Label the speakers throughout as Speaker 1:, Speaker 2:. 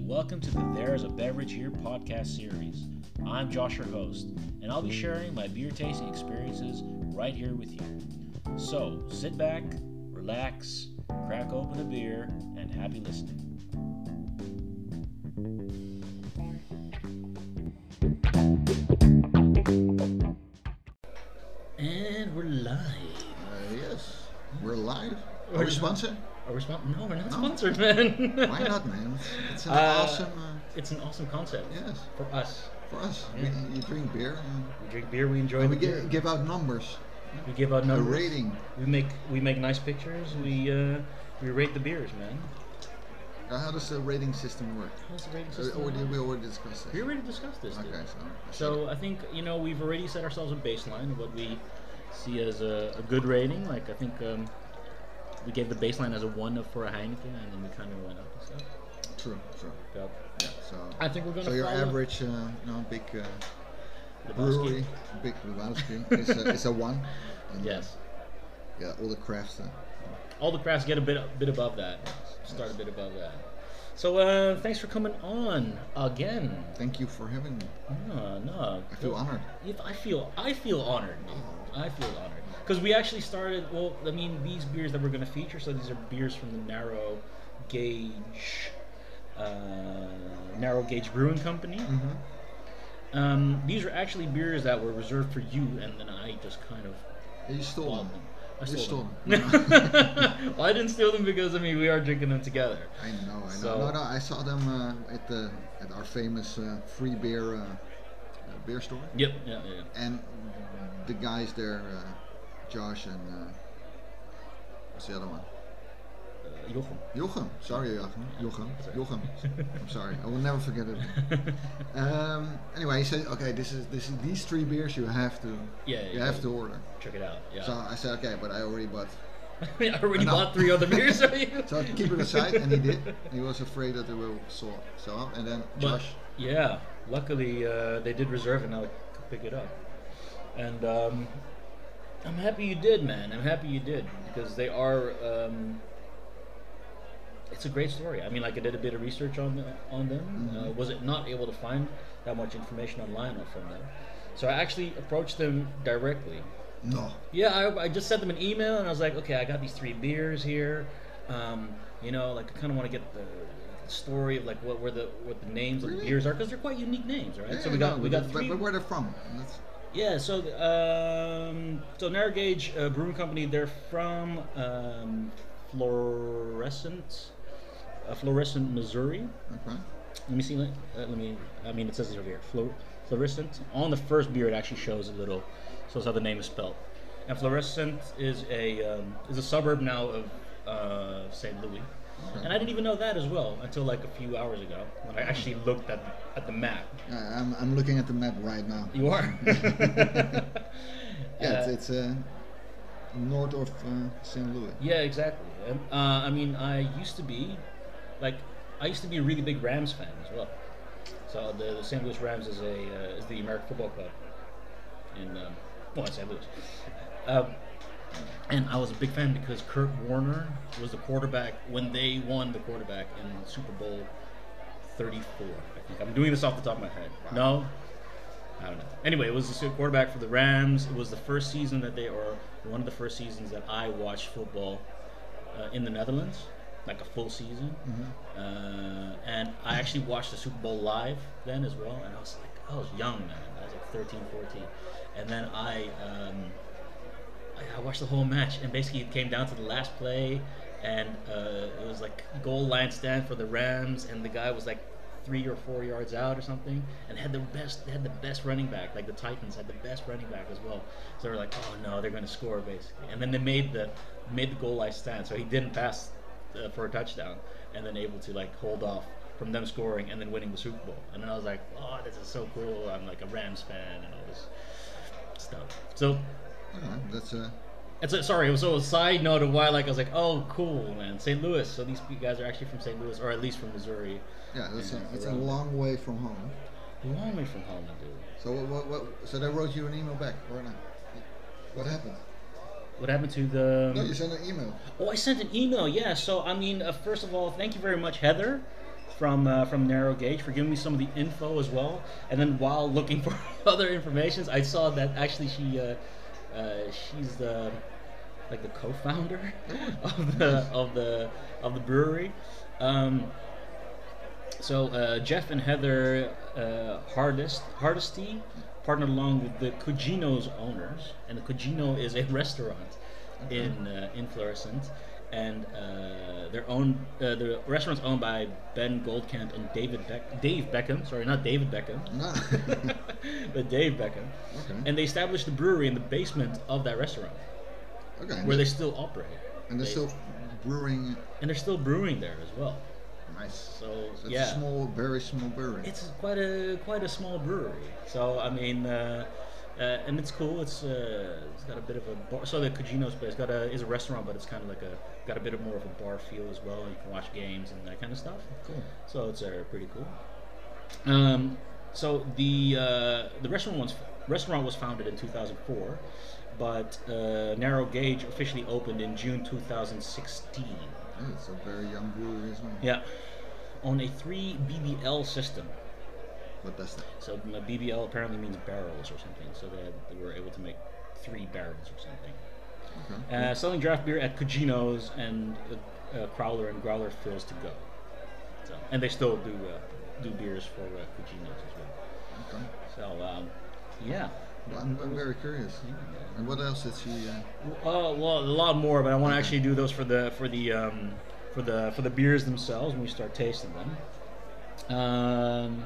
Speaker 1: welcome to the There Is a Beverage Here podcast series. I'm Josh, your host, and I'll be sharing my beer tasting experiences right here with you. So sit back, relax, crack open a beer, and happy listening. And we're live.
Speaker 2: Uh, yes, we're live.
Speaker 1: We're
Speaker 2: Are we sponsored?
Speaker 1: Are we sponsored? No, we're not sponsored, man.
Speaker 2: Why not, man? It's, it's an
Speaker 1: Uh,
Speaker 2: awesome. Uh,
Speaker 1: It's an awesome concept
Speaker 2: yes,
Speaker 1: for us.
Speaker 2: for us,
Speaker 1: Yeah.
Speaker 2: we, you drink beer and,
Speaker 1: We drink beer, we enjoy
Speaker 2: and
Speaker 1: the
Speaker 2: we
Speaker 1: beer.
Speaker 2: give, give out numbers,
Speaker 1: we give out
Speaker 2: a
Speaker 1: numbers.
Speaker 2: rating.
Speaker 1: We make we make nice pictures. We uh, we rate the beers, man.
Speaker 2: Uh, How does the rating system work?
Speaker 1: How's the rating
Speaker 2: Uh,
Speaker 1: system?
Speaker 2: Or did we already discuss
Speaker 1: we
Speaker 2: this?
Speaker 1: already discussed this. dude.
Speaker 2: Okay, so
Speaker 1: So I think you know we've already set ourselves a baseline of what we see as a, a good rating. Like I think um, we gave the baseline as a one for a Heineken, and then we kind of went up and stuff.
Speaker 2: true, true.
Speaker 1: So
Speaker 2: Yeah. So
Speaker 1: I think we're gonna.
Speaker 2: so your
Speaker 1: follow
Speaker 2: average, uh, you know, big uh,
Speaker 1: Lebowski.
Speaker 2: brewery, big Lebowski, is a, is a one. And, uh,
Speaker 1: Yes.
Speaker 2: Yeah, all the crafts. Uh,
Speaker 1: all the crafts get a bit bit above that. Start a bit above that. So uh, thanks for coming on again.
Speaker 2: thank you for having me.
Speaker 1: No, no.
Speaker 2: I feel honored.
Speaker 1: If I feel I feel honored. dude. I feel honored because we actually started. Well, I mean, these beers that we're going to feature. So these are beers from the Narrow Gauge, uh, Narrow Gauge Brewing Company.
Speaker 2: Mm-hmm.
Speaker 1: Um, these are actually beers that were reserved for you, and then I just kind of
Speaker 2: You stole
Speaker 1: bought
Speaker 2: them.
Speaker 1: them. I
Speaker 2: You
Speaker 1: stole,
Speaker 2: stole Mm-hmm.
Speaker 1: them. well, I didn't steal them because I mean we are drinking them together.
Speaker 2: I know, I know.
Speaker 1: So-
Speaker 2: no, no, I saw them uh, at the at our famous uh, free beer uh, uh, beer store,
Speaker 1: Yep. Yeah. Yeah.
Speaker 2: and the guys there, uh, Josh and uh, what's the other one?
Speaker 1: Uh, Jochem.
Speaker 2: Jochem. Sorry, Jochem. Jochem. Jochem. I'm sorry. I will never forget it. Um, anyway, he said, okay, this is this is these three beers you have to
Speaker 1: Yeah, yeah,
Speaker 2: you have to order.
Speaker 1: Check it out. Yeah.
Speaker 2: So I said, okay, but I already bought.
Speaker 1: I already
Speaker 2: Enough.
Speaker 1: bought three other beers. Are you?
Speaker 2: So keep it aside, and he did. He was afraid that they will sell, sell out, and then
Speaker 1: But,
Speaker 2: Josh.
Speaker 1: yeah, luckily uh, they did reserve and I could pick it up. And um, I'm happy you did, man. I'm happy you did because they are. Um, it's a great story. I mean, like I did a bit of research on the, on them. Uh, was it not able to find that much information online or from them? So I actually approached them directly.
Speaker 2: No.
Speaker 1: Yeah, I, I just sent them an email and I was like, okay, I got these three beers here. Um, you know, like I kind of want to get the, the story of like what where the what the names of the
Speaker 2: Really?
Speaker 1: beers are because they're quite unique names, right?
Speaker 2: Yeah,
Speaker 1: so we got
Speaker 2: no,
Speaker 1: we got
Speaker 2: but-
Speaker 1: three.
Speaker 2: But, where they're from? and that's-
Speaker 1: yeah, so um, so Narrow Gauge uh, Brewing Company, they're from um, Florescent, uh, Florescent, Missouri.
Speaker 2: okay.
Speaker 1: Let me see. Let, uh, let me. I mean, it says it over here. Flu- fluorescent. On the first beer, it actually shows a little. So that's how the name is spelled. And fluorescent is a um, is a suburb now of uh, St. Louis.
Speaker 2: Okay.
Speaker 1: And I didn't even know that as well until like a few hours ago when I actually looked at at the map.
Speaker 2: Yeah, I'm, I'm looking at the map right now.
Speaker 1: You are.
Speaker 2: Yeah,
Speaker 1: Uh,
Speaker 2: it's, it's uh, north of uh, St. Louis.
Speaker 1: Yeah, exactly. And, uh, I mean, I used to be, like, I used to be a really big Rams fan as well. So the, the St. Louis Rams is a uh, is the American football club in um, well, in St. Louis. Um, and I was a big fan because Kurt Warner was the quarterback when they won the quarterback in Super Bowl 34. I think I'm doing this off the top of my head. No, I don't know. Anyway, it was the quarterback for the Rams. It was the first season that they, or one of the first seasons that I watched football uh, in the Netherlands, like a full season. Uh, and I actually watched the Super Bowl live then as well. And I was like, I was young, man. I was like 13, 14. And then I, um, I, I watched the whole match, and basically it came down to the last play, and uh, it was like goal line stand for the Rams, and the guy was like three or four yards out or something, and had the best they had the best running back. Like the Titans had the best running back as well. So they were like, oh no, they're going to score basically, and then they made the made the goal line stand, so he didn't pass uh, for a touchdown, and then able to like hold off. From them scoring and then winning the Super Bowl, and then I was like, "Oh, this is so cool! I'm like a Rams fan and all this stuff." So
Speaker 2: Yeah, that's uh,
Speaker 1: it's a, sorry, it was so a side note of why like I was like, oh cool man, St. Louis. So these guys are actually from St. Louis, or at least from Missouri.
Speaker 2: yeah, that's
Speaker 1: Yeah,
Speaker 2: a, it's a
Speaker 1: around.
Speaker 2: long way from home.
Speaker 1: Long way from home, dude.
Speaker 2: So what, what, what, so they wrote you an email back right now. What happened?
Speaker 1: What happened to the?
Speaker 2: No, you sent an email.
Speaker 1: Oh, I sent an email. Yeah. So I mean, uh, first of all, thank you very much, Heather, from uh, from Narrow Gauge for giving me some of the info as well. And then while looking for other informations, I saw that actually she uh, uh, she's the like the co-founder of the of the of the brewery. Um, so uh, Jeff and Heather uh, Hardest Hardesty partnered along with the Cugino's owners, and the Cugino is a restaurant in uh, in Florissant, and uh, their own uh, the restaurant's owned by Ben Goldcamp and David Beck Dave Beckham. Sorry, not David Beckham,
Speaker 3: No.
Speaker 1: but Dave Beckham,
Speaker 3: okay.
Speaker 2: Mm-hmm.
Speaker 1: and they established the brewery in the basement of that restaurant
Speaker 3: Okay.
Speaker 1: where they still operate,
Speaker 3: and they're
Speaker 1: they-
Speaker 3: still brewing.
Speaker 1: and they're still brewing there as well.
Speaker 3: Nice.
Speaker 1: So,
Speaker 3: So it's
Speaker 1: yeah.
Speaker 3: a small, very small brewery.
Speaker 1: It's quite a quite a small brewery. So I mean, uh, uh, and it's cool. It's uh, it's got a bit of a bar. So the Cugino's place got a is a restaurant, but it's kind of like a got a bit of more of a bar feel as well. You can watch games and that kind of stuff.
Speaker 3: cool.
Speaker 1: So it's uh, pretty cool. Um, so the uh, the restaurant was restaurant was founded in 2004, but uh, Narrow Gauge officially opened in June 2016.
Speaker 3: Yeah, it's a very young brewery as well.
Speaker 1: Yeah, on a three BBL system.
Speaker 3: But that's that.
Speaker 1: So um, m- BBL apparently means barrels or something. So they, had, they were able to make three barrels or something.
Speaker 3: Okay.
Speaker 1: Uh, selling draft beer at Cugino's and uh, uh, Crowler and Growler fills to go. So, and they still do uh, do beers for uh, Cugino's as well.
Speaker 3: Okay.
Speaker 1: So um, yeah.
Speaker 3: Well, I'm, I'm very curious. And what else did she? Uh,
Speaker 1: Uh, well, a lot more, but I want to actually do those for the for the um, for the for the beers themselves when we start tasting them. Um,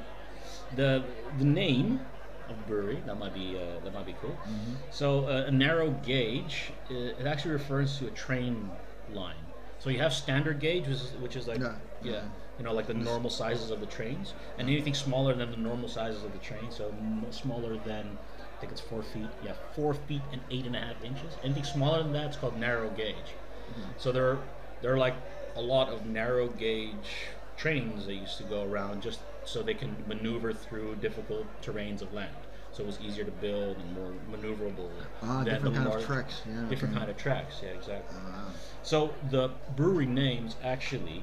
Speaker 1: the the name of the brewery that might be uh, that might be cool.
Speaker 2: Mm-hmm.
Speaker 1: So uh, a narrow gauge uh, it actually refers to a train line. So you have standard gauge, which is, which is like
Speaker 3: Yeah.
Speaker 1: yeah, you know, like the normal sizes of the trains, and anything smaller than the normal sizes of the train, so m- smaller than, I think it's four feet, yeah, four feet and eight and a half inches. Anything smaller than that's called narrow gauge.
Speaker 3: Mm-hmm.
Speaker 1: So there, there are like a lot of narrow gauge trains that used to go around just so they can maneuver through difficult terrains of land. So it was easier to build and more maneuverable
Speaker 3: ah,
Speaker 1: than
Speaker 3: different
Speaker 1: the
Speaker 3: kind
Speaker 1: large-
Speaker 3: of tracks. Yeah.
Speaker 1: different
Speaker 3: okay.
Speaker 1: kind of tracks. Yeah, exactly.
Speaker 3: Ah,
Speaker 1: So the brewery names actually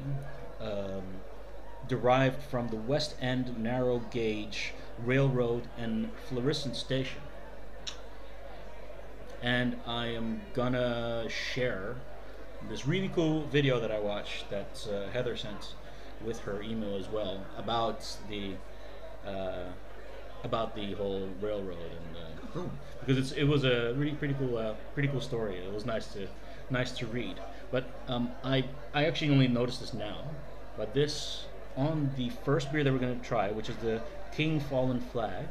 Speaker 1: um, derived from the West End Narrow Gauge Railroad and Florissant Station. And I am gonna share this really cool video that I watched that uh, Heather sent with her email as well about the uh, about the whole railroad and uh,
Speaker 3: cool.
Speaker 1: because it's, it was a really pretty cool uh, pretty cool story. It was nice to nice to read. But um, I I actually only noticed this now. But this on the first beer that we're going to try, which is the King Fallen Flag,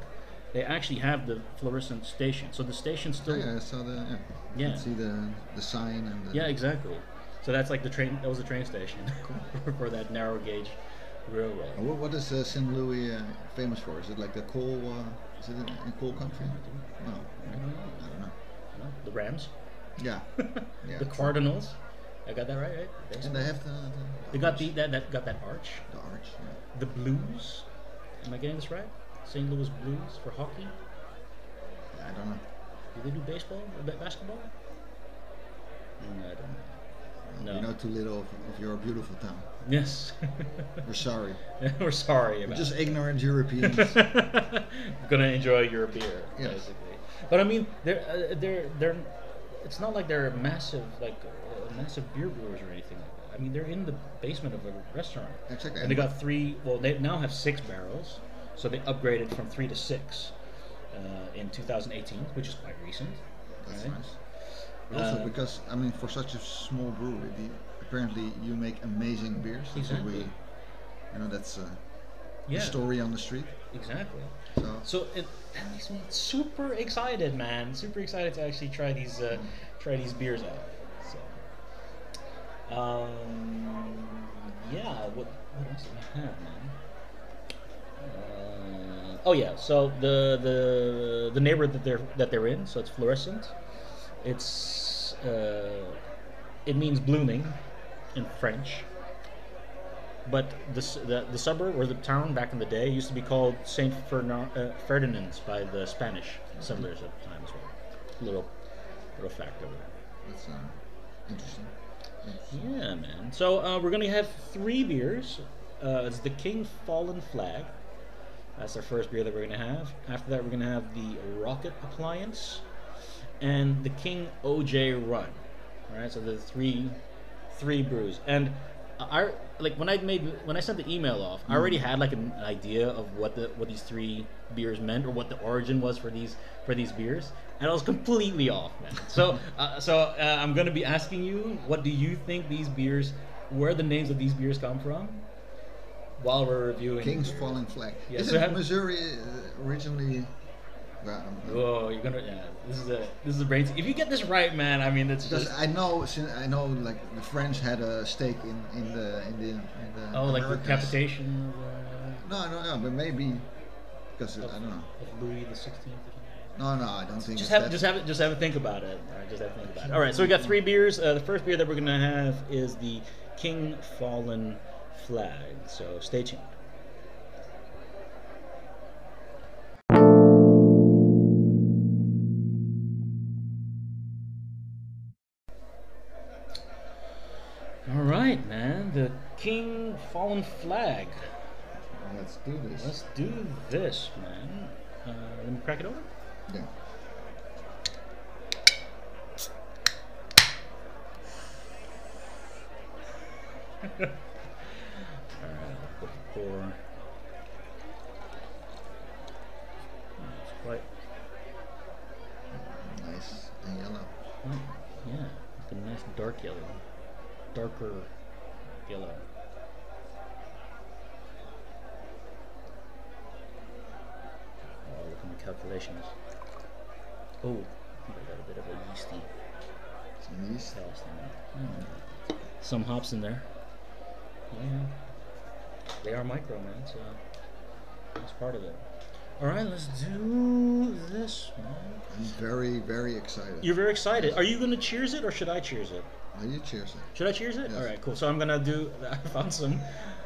Speaker 1: they actually have the fluorescent station. So the station
Speaker 3: Oh,
Speaker 1: still
Speaker 3: yeah, I saw the. Yeah. You
Speaker 1: Yeah.
Speaker 3: can see the the sign and the.
Speaker 1: yeah, exactly. So that's like the train. That was the train station for that narrow gauge railroad.
Speaker 3: And What, what is uh, St. Louis uh, famous for? Is it like the coal? Uh, is it in a coal country? No.
Speaker 1: I don't know.
Speaker 3: I don't know.
Speaker 1: You know, The Rams,
Speaker 3: Yeah. yeah.
Speaker 1: the Cardinals. I got that right, right?
Speaker 3: and they have the. the,
Speaker 1: They got the that, that got that arch.
Speaker 3: The arch. Yeah.
Speaker 1: The Blues. Am I getting this right? St. Louis Blues for hockey.
Speaker 3: I don't know.
Speaker 1: Do they do baseball or ba- basketball? Mm, I don't know. No.
Speaker 3: You know too little of, of your beautiful town.
Speaker 1: Yes.
Speaker 3: We're sorry.
Speaker 1: We're sorry
Speaker 3: We're
Speaker 1: about
Speaker 3: just
Speaker 1: it.
Speaker 3: ignorant Europeans.
Speaker 1: We're gonna enjoy your beer,
Speaker 3: Yes.
Speaker 1: basically. But I mean, they're uh, they're they're. It's not like they're massive like uh, massive beer brewers or anything like that. I mean, they're in the basement of a restaurant.
Speaker 3: exactly.
Speaker 1: And they got three. Well, they now have six barrels, so they upgraded from three to six uh, in 2018, which is quite recent.
Speaker 3: That's
Speaker 1: right?
Speaker 3: nice. But also
Speaker 1: Uh,
Speaker 3: because I mean, for such a small brewery, the, apparently you make amazing beers. That's what we,
Speaker 1: Exactly.
Speaker 3: you know, that's uh,
Speaker 1: Yeah,
Speaker 3: the story on the street.
Speaker 1: exactly.
Speaker 3: So
Speaker 1: So it, that makes me super excited, man. Super excited to actually try these uh, try these beers out. So, um, yeah. What what else do we have, man? Uh, oh yeah, so the the the neighborhood that they're that they're in, so it's fluorescent. It's uh, it means blooming in French. But the, s- the the suburb or the town back in the day used to be called Saint Fernan- uh, Ferdinand's by the Spanish settlers at the time as well. Little little fact over there.
Speaker 3: that's uh, interesting. Interesting.
Speaker 1: Yeah, man. So uh, we're gonna have three beers uh, it's the King Fallen Flag. That's our first beer that we're gonna have. After that, we're gonna have the Rocket Appliance and the King OJ Run. All right, so the three, three brews. And I like when I made when I sent the email off, I already had like an, an idea of what the what these three beers meant or what the origin was for these for these beers, and I was completely off, man. So uh, so uh, I'm gonna be asking you, what do you think these beers, where the names of these beers come from, while we're reviewing
Speaker 2: King's Falling Flag.
Speaker 1: Yeah,
Speaker 2: Isn't
Speaker 1: so have-
Speaker 2: Missouri uh, originally? Well, I'm-
Speaker 1: Oh, you're gonna yeah. This is a this is a brain. If you get this right, man, I mean that's
Speaker 2: Because
Speaker 1: just
Speaker 2: I know, since I know, like the French had a stake in, in the in the, in the
Speaker 1: oh like
Speaker 2: Americas.
Speaker 1: decapitation uh, of,
Speaker 2: No, no, no, but maybe because I don't know.
Speaker 1: uh, of Louis the Sixteenth.
Speaker 2: No, no, I don't think.
Speaker 1: Just
Speaker 2: it's
Speaker 1: have
Speaker 2: that.
Speaker 1: just have it just have a think about it. All right, just have a think about it. All right, so we got three beers. Uh, the first beer that we're gonna have is the King Fallen Flag. So stay tuned. All right, man. The King Fallen Flag.
Speaker 2: Let's do this.
Speaker 1: Let's do this, man. Uh, let me crack it open.
Speaker 2: Yeah.
Speaker 1: Alright, put the pour. Mm, It's quite.
Speaker 2: Nice and yellow.
Speaker 1: mm, Yeah, it's a nice dark yellow. Darker yellow. Oh, look at my calculations. Oh, I think I got a bit of a yeasty
Speaker 2: Some yeast.
Speaker 1: sauce in there. Some hops in there. Yeah. They are micro, man, so that's part of it. Alright, let's do this, man.
Speaker 2: I'm very very excited.
Speaker 1: You're very excited. Are you going to cheers it or should I cheers it?
Speaker 2: Are you cheers?
Speaker 1: Should I cheers it?
Speaker 2: Yes.
Speaker 1: All right, cool. So I'm gonna do. I found some.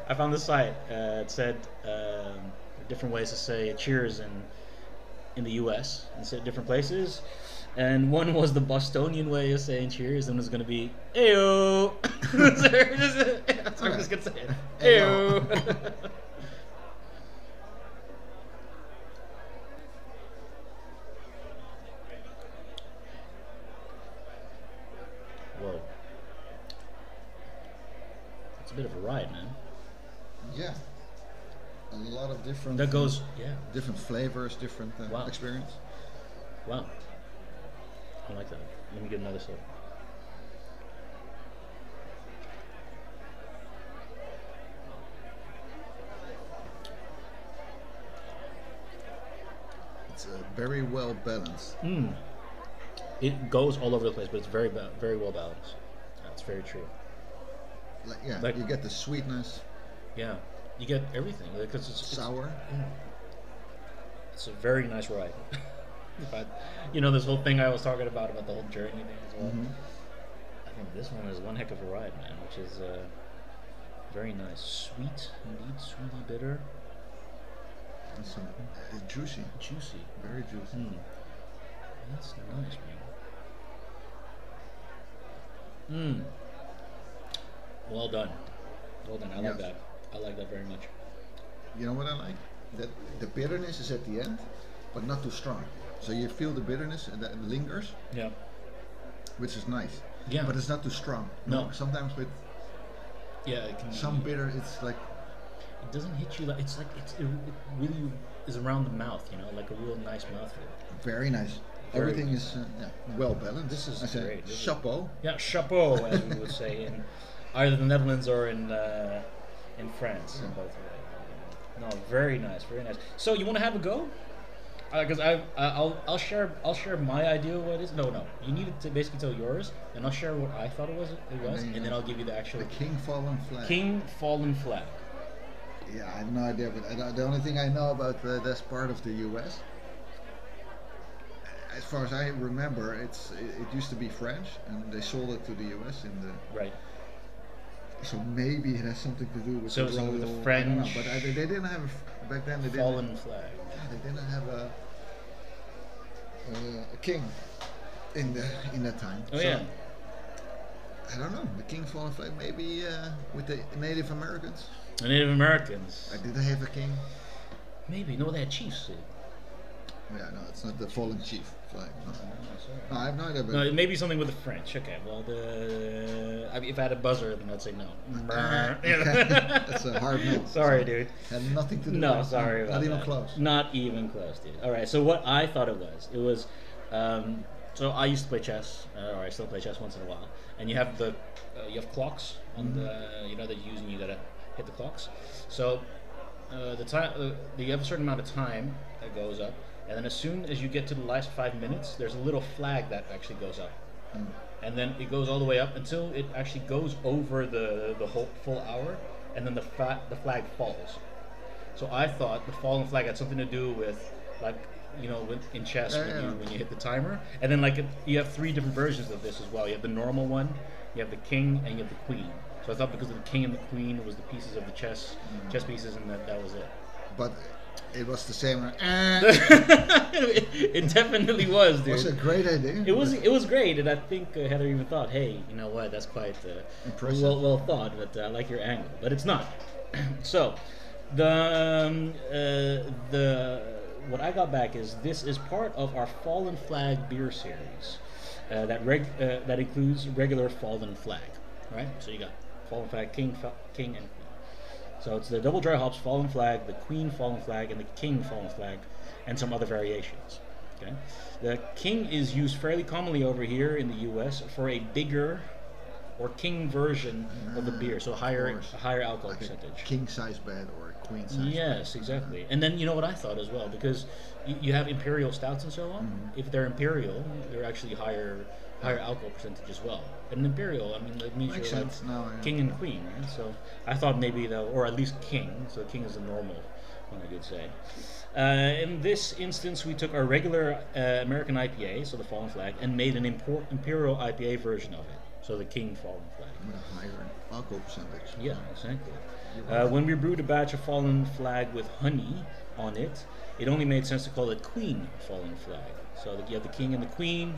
Speaker 1: I found this site. Uh, it said um, different ways to say cheers in in the U.S. and said different places. And one was the Bostonian way of saying cheers, and it was gonna be ayo. so we're just- That's what I'm just gonna say. it.
Speaker 2: Ayo.
Speaker 1: Ayo. Whoa. It's a bit of a ride, man.
Speaker 2: Yeah. A lot of different.
Speaker 1: That goes, yeah,
Speaker 2: Different flavors, different uh,
Speaker 1: Wow.
Speaker 2: experience.
Speaker 1: wow. I like that. Let me get another sip.
Speaker 2: It's uh, very well balanced.
Speaker 1: Mm. It goes all over the place, but it's very, ba- very well balanced. That's very true.
Speaker 2: Like, yeah,
Speaker 1: Like-
Speaker 2: you get the sweetness,
Speaker 1: Yeah, you get everything because it's, it's
Speaker 2: sour.
Speaker 1: It's a very nice ride. but you know this whole thing I was talking about about the whole journey thing as well.
Speaker 2: Mhm.
Speaker 1: I think this one is one heck of a ride, man, which is uh, very nice, sweet indeed, sweetly bitter,
Speaker 2: And some, it's juicy.
Speaker 1: juicy.
Speaker 2: Very juicy.
Speaker 1: Hmm. That's nice, man. Hmm. Well done. Well done. I like
Speaker 2: Yes.
Speaker 1: that. I like that very much.
Speaker 2: You know what I like? That the bitterness is at the end, but not too strong. So you feel the bitterness and that lingers,
Speaker 1: Yeah.
Speaker 2: which is nice.
Speaker 1: Yeah.
Speaker 2: But it's not too strong.
Speaker 1: No.
Speaker 2: Sometimes with
Speaker 1: yeah. It can
Speaker 2: some
Speaker 1: be-
Speaker 2: bitter, it's like
Speaker 1: It doesn't hit you like it's like it's, it, it really is around the mouth, you know, like a real nice mouthfeel.
Speaker 2: very nice.
Speaker 1: Very
Speaker 2: Everything is uh, yeah, well balanced.
Speaker 1: This is
Speaker 2: I say
Speaker 1: great. This is-
Speaker 2: chapeau.
Speaker 1: Yeah, chapeau, as we would say in either the Netherlands or in uh, in France. in
Speaker 2: Yeah.
Speaker 1: both ways. No, very nice, very nice. So you want to have a go? Because I I'll I'll share I'll share my idea of what it is. No, no, you need to basically tell yours, and I'll share what I thought it was. It was,
Speaker 2: then you
Speaker 1: and then
Speaker 2: know.
Speaker 1: I'll give you the actual
Speaker 2: The king fallen flag.
Speaker 1: king fallen flag.
Speaker 2: Yeah, I have no idea, but I don't- the only thing I know about uh, this part of the U.S. As far as I remember, it's it, it used to be French, and they sold it to the U.S. in the
Speaker 1: Right.
Speaker 2: So maybe it has something to do with
Speaker 1: So
Speaker 2: the
Speaker 1: it's something with the
Speaker 2: royal- I don't know,
Speaker 1: French-
Speaker 2: but I, they didn't have a f- back then. They didn't.
Speaker 1: Fallen flag.
Speaker 2: They didn't have a, uh, a king in the in that time.
Speaker 1: Oh
Speaker 2: so,
Speaker 1: yeah.
Speaker 2: I don't know. The king fallen flag maybe uh, with the Native Americans.
Speaker 1: The Native Americans.
Speaker 2: Uh, Did they have a king?
Speaker 1: Maybe. No, they're chiefs. eh?
Speaker 2: Yeah, no, it's not the fallen chief flag. No,
Speaker 1: Oh, sorry.
Speaker 2: No, I have no idea. But
Speaker 1: No, it may be something with the French. Okay, well, the I mean, if I had a buzzer, then I'd say no.
Speaker 2: Ah,
Speaker 1: Yeah.
Speaker 2: okay. That's a hard no.
Speaker 1: Sorry, dude.
Speaker 2: had nothing to do.
Speaker 1: No,
Speaker 2: with it.
Speaker 1: sorry
Speaker 2: Not
Speaker 1: about
Speaker 2: even
Speaker 1: that.
Speaker 2: close.
Speaker 1: Not even close, dude. All right. So what I thought it was, it was, um, so I used to play chess, uh, or I still play chess once in a while. And you have the, uh, you have clocks on
Speaker 2: Mm-hmm.
Speaker 1: the, you know, that you use, and you gotta hit the clocks. So uh, the time, uh, you have a certain amount of time that goes up, and then as soon as you get to the last five minutes, there's a little flag that actually goes up. And then it goes all the way up until it actually goes over the, the whole full hour, and then the, fa- the flag falls. So I thought the fallen flag had something to do with like you know with, in chess
Speaker 2: Yeah,
Speaker 1: when,
Speaker 2: yeah.
Speaker 1: You, when you hit the timer, and then like you have three different versions of this as well. You have the normal one, you have the king, and you have the queen. So I thought because of the king and the queen was the pieces of the chess
Speaker 2: Mm-hmm.
Speaker 1: chess pieces, and that that was it.
Speaker 2: But it was the same. Eh,
Speaker 1: it, definitely was, dude.
Speaker 2: it was a great idea.
Speaker 1: It was it was great, and I think uh, Heather even thought, "Hey, you know what? That's quite uh,
Speaker 2: Impressive.
Speaker 1: Well, well thought, but uh, I like your angle, but it's not." so, the um, uh, the what I got back is this is part of our Fallen Flag beer series uh, that reg- uh, that includes regular Fallen Flag, right? So you got Fallen Flag, King, Fa- King, and Queen. So it's the double dry hops, fallen flag, the queen fallen flag, and the king fallen flag, and some other variations. Okay, the king is used fairly commonly over here in the U.S. for a bigger or king version of the beer, so higher
Speaker 2: course.
Speaker 1: a higher alcohol
Speaker 2: like a
Speaker 1: percentage.
Speaker 2: king size bed or a queen size.
Speaker 1: Yes, exactly. And then you know what I thought as well, because you, you have imperial stouts and so on.
Speaker 2: Mm-hmm.
Speaker 1: If they're imperial, they're actually higher higher alcohol percentage as well. And an imperial, I mean, that means
Speaker 2: Makes
Speaker 1: you're
Speaker 2: sense
Speaker 1: like
Speaker 2: now, yeah.
Speaker 1: king and queen, right? So I thought maybe though, or at least king. So king is the normal one, I could say. Uh, in this instance, we took our regular uh, American IPA, so the Fallen Flag, and made an impor- imperial IPA version of it, so the King Fallen Flag.
Speaker 2: With a higher alcohol percentage.
Speaker 1: Yeah, exactly. Uh, when we brewed a batch of Fallen Flag with honey on it, it only made sense to call it Queen Fallen Flag. So that you have the king and the queen,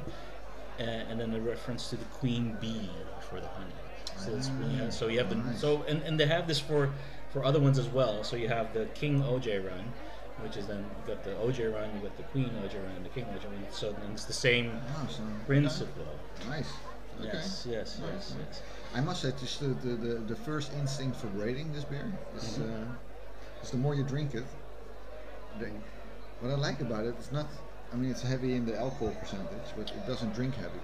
Speaker 1: uh, and then a reference to the queen bee for the honey. So, that's, yeah, so you have the
Speaker 2: Ah, nice.
Speaker 1: so and, and they have this for for other ones as well. So you have the King OJ run, which is then you got the OJ run, you got the Queen OJ run, the King OJ run. So then it's the same
Speaker 2: Oh, so-
Speaker 1: principle.
Speaker 2: Nice. Okay.
Speaker 1: Yes, yes,
Speaker 2: Nice,
Speaker 1: yes, yes.
Speaker 2: I must say, just the, the, the, the first instinct for rating this beer is,
Speaker 1: Mm-hmm.
Speaker 2: uh, is the more you drink it. The, what I like about it, it's not. I mean, it's heavy in the alcohol percentage, but it doesn't drink heavy.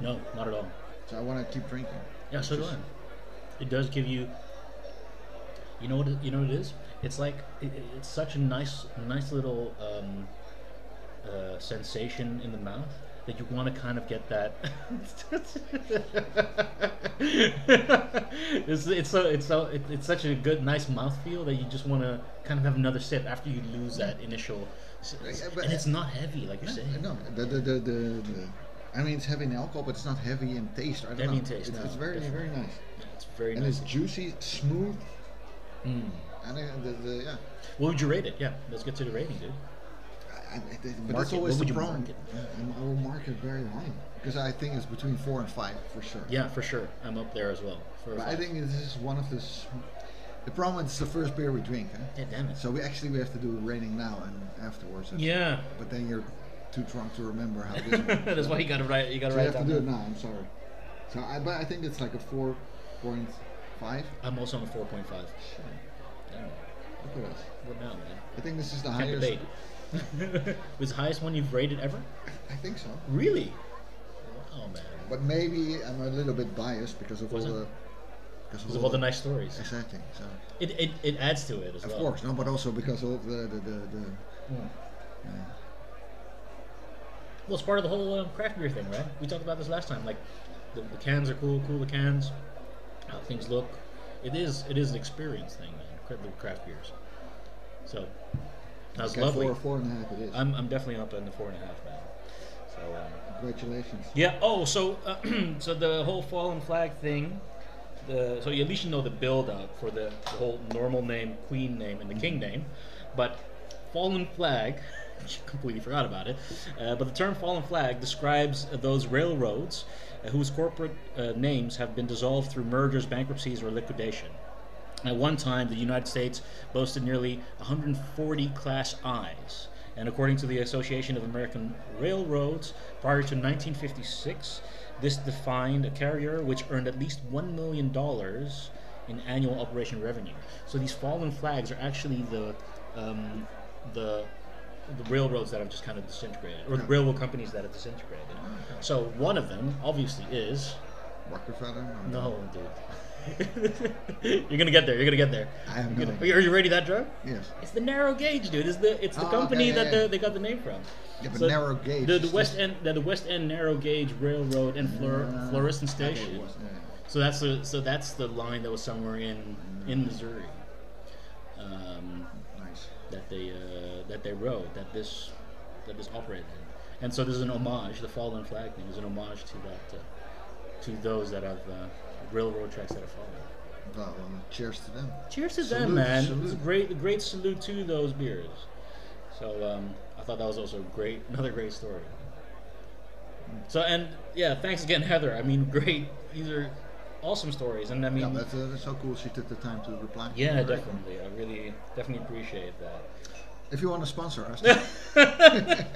Speaker 1: No, not at all.
Speaker 2: So I want to keep drinking.
Speaker 1: Yeah, so do I. It does give you. You know what? It, you know what it is. It's like it, it- it's such a nice, nice little um, uh, sensation in the mouth that you want to kind of get that. it's it's so it's so it, it's such a good, nice mouthfeel that you just want to kind of have another sip after you lose that initial. s-
Speaker 2: Mm. Yeah, but-
Speaker 1: and it's not heavy, like you're saying.
Speaker 2: No, the the, the, the, the I mean, it's heavy in alcohol, but it's not heavy in taste. I don't
Speaker 1: Heavy
Speaker 2: know.
Speaker 1: in taste,
Speaker 2: It's,
Speaker 1: no,
Speaker 2: it's very
Speaker 1: definitely.
Speaker 2: very nice,
Speaker 1: Yeah, It's very
Speaker 2: and
Speaker 1: nice.
Speaker 2: it's juicy, smooth,
Speaker 1: Mm.
Speaker 2: and uh, the, the, yeah.
Speaker 1: What would you rate it? Yeah, let's get to the rating, dude.
Speaker 2: I, I, I- but
Speaker 1: Mark
Speaker 2: that's
Speaker 1: it.
Speaker 2: always
Speaker 1: What would
Speaker 2: the
Speaker 1: you
Speaker 2: problem.
Speaker 1: mark it?
Speaker 2: I'm- I will mark it very high because I think it's between four and five for sure.
Speaker 1: Yeah, for sure. I'm up there as well. For a
Speaker 2: But I
Speaker 1: fact.
Speaker 2: think this is one of the. s- The problem is the first beer we drink, eh?
Speaker 1: Yeah, damn it.
Speaker 2: so we actually we have to do a rating now and afterwards. I think.
Speaker 1: yeah,
Speaker 2: But then you're too drunk to remember how this. works.
Speaker 1: that's why you gotta write. You gotta
Speaker 2: So you
Speaker 1: write
Speaker 2: have to do it
Speaker 1: down.
Speaker 2: now. I'm sorry. So I, but I think it's like a four point five.
Speaker 1: I'm also on a 4.5.
Speaker 2: Sure.
Speaker 1: Damn it.
Speaker 2: Look at us.
Speaker 1: What now, man?
Speaker 2: I think this is the
Speaker 1: Can't
Speaker 2: highest.
Speaker 1: debate. Was the highest one you've rated ever?
Speaker 2: I think so.
Speaker 1: Really? Wow, man.
Speaker 2: But maybe I'm a little bit biased because of
Speaker 1: Was
Speaker 2: all
Speaker 1: it?
Speaker 2: the. Because
Speaker 1: Because of all the nice stories.
Speaker 2: Exactly. So
Speaker 1: It, it, it adds to it as
Speaker 2: of
Speaker 1: well.
Speaker 2: course no, but also because of the the the. the uh,
Speaker 1: Mm.
Speaker 2: yeah.
Speaker 1: Well, it's part of the whole um, craft beer thing, right? We talked about this last time. Like, the, the cans are cool, cool the cans, how things look. It is it is an experience thing, man. cra- The craft beers. So that's
Speaker 2: Okay,
Speaker 1: lovely.
Speaker 2: Four, four and a half it is.
Speaker 1: I'm, I'm definitely up on the four and a half, man. So um,
Speaker 2: Congratulations.
Speaker 1: yeah. Oh, so uh, so the whole fallen flag thing. The, so you at least you know the build up for the, the whole normal name, queen name, and the king name, but fallen flag. Completely forgot about it, uh, but the term "fallen flag" describes those railroads uh, whose corporate uh, names have been dissolved through mergers, bankruptcies, or liquidation. At one time, the United States boasted nearly 140 Class I's. And according to the Association of American Railroads, prior to 1956, this defined a carrier which earned at least $1 million in annual operation revenue. So these fallen flags are actually the, um, the, the railroads that have just kind of disintegrated, or the
Speaker 2: Yeah.
Speaker 1: railroad companies that have disintegrated. So one of them, obviously, is.
Speaker 2: Rockefeller?
Speaker 1: No, dude. you're gonna get there. You're gonna get there.
Speaker 2: I have
Speaker 1: You're
Speaker 2: no
Speaker 1: gonna-
Speaker 2: idea.
Speaker 1: are you ready that drug?
Speaker 2: Yes.
Speaker 1: It's the narrow gauge, dude. It's the it's the
Speaker 2: Oh,
Speaker 1: company
Speaker 2: okay,
Speaker 1: that
Speaker 2: yeah,
Speaker 1: the,
Speaker 2: yeah.
Speaker 1: they got the name from.
Speaker 2: Yeah, but
Speaker 1: So
Speaker 2: narrow gauge.
Speaker 1: The,
Speaker 2: is
Speaker 1: the
Speaker 2: just-
Speaker 1: West End, the, the West End narrow gauge railroad and Flor-
Speaker 2: Ah,
Speaker 1: Floriston
Speaker 2: okay, it
Speaker 1: Station.
Speaker 2: was, yeah, yeah.
Speaker 1: so that's the so that's the line that was somewhere in in Missouri um,
Speaker 2: Nice.
Speaker 1: that they uh, that they rode that this that this operated in. And so there's an homage. The fallen flag thing is an homage to that uh, to those that have uh, railroad tracks that have fallen.
Speaker 2: Well, um, cheers to them.
Speaker 1: Cheers to
Speaker 2: Salute,
Speaker 1: them, man. It's a
Speaker 2: salute.
Speaker 1: great, a great salute to those beers. So um, I thought that was also great, another great story. So and yeah, thanks again, Heather. I mean, great. These are awesome stories, and I
Speaker 2: Yeah,
Speaker 1: mean, yeah,
Speaker 2: that's, uh, that's so cool she took the time to reply. Great.
Speaker 1: definitely. I really, definitely appreciate that.
Speaker 2: If you want to sponsor us,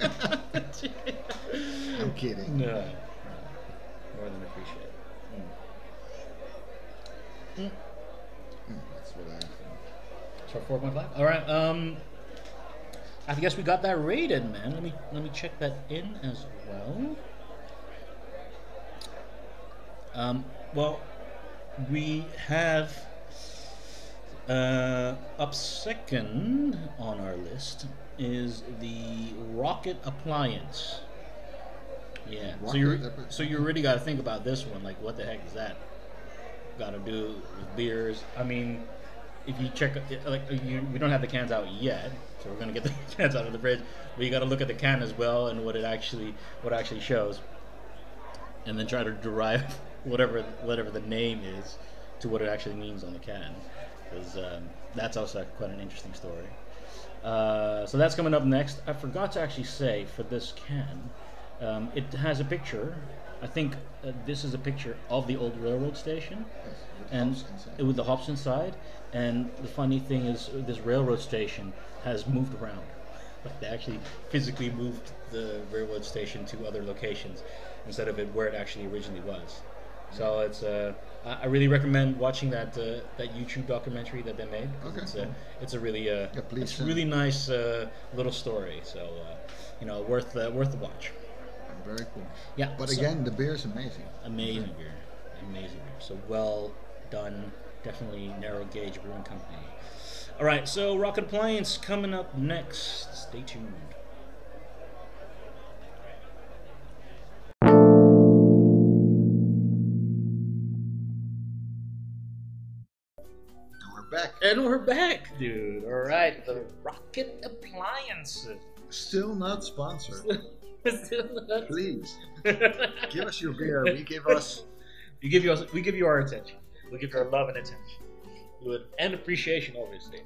Speaker 2: I'm kidding.
Speaker 1: no, no, more than appreciate.
Speaker 2: Mm, That's what I
Speaker 1: Hmm. So four point five. All right. Um, I guess we got that rated, man. Let me let me check that in as well. Um, well, we have uh, up second on our list is the rocket appliance. Yeah. so you
Speaker 2: Rocket appliance.
Speaker 1: so you really got to think about this one. Like, what the heck is that? Got to do with beers. I mean, if you check, like, you, we don't have the cans out yet, so we're gonna get the cans out of the fridge. But you got to look at the can as well and what it actually what it actually shows, and then try to derive whatever whatever the name is to what it actually means on the can, because um, that's also quite an interesting story. Uh, so that's coming up next. I forgot to actually say for this can, um, it has a picture. I think uh, this is a picture of the old railroad station and it with the Hobson side. And the funny thing is, uh, this railroad station has moved around. Like they actually physically moved the railroad station to other locations instead of it where it actually originally was. So it's uh, I I really recommend watching that uh, that YouTube documentary that they made. 'cause
Speaker 2: Okay.
Speaker 1: It's a, it's a really uh,
Speaker 2: Yeah, please
Speaker 1: it's
Speaker 2: send.
Speaker 1: really nice uh, little story. So uh, you know, worth uh, worth the watch.
Speaker 2: Very cool.
Speaker 1: Yeah.
Speaker 2: But
Speaker 1: so-
Speaker 2: again, the beer is amazing.
Speaker 1: Amazing beer. Amazing beer. So well done. Definitely narrow gauge brewing company. All right, so Rocket Appliance coming up next. Stay tuned.
Speaker 2: And we're back.
Speaker 1: And we're back, dude. All right, the Rocket Appliance.
Speaker 2: Still not sponsored. Please give us your beer. We give us.
Speaker 1: you give you we give you our attention. We give you our love and attention. Good. And appreciation, obviously.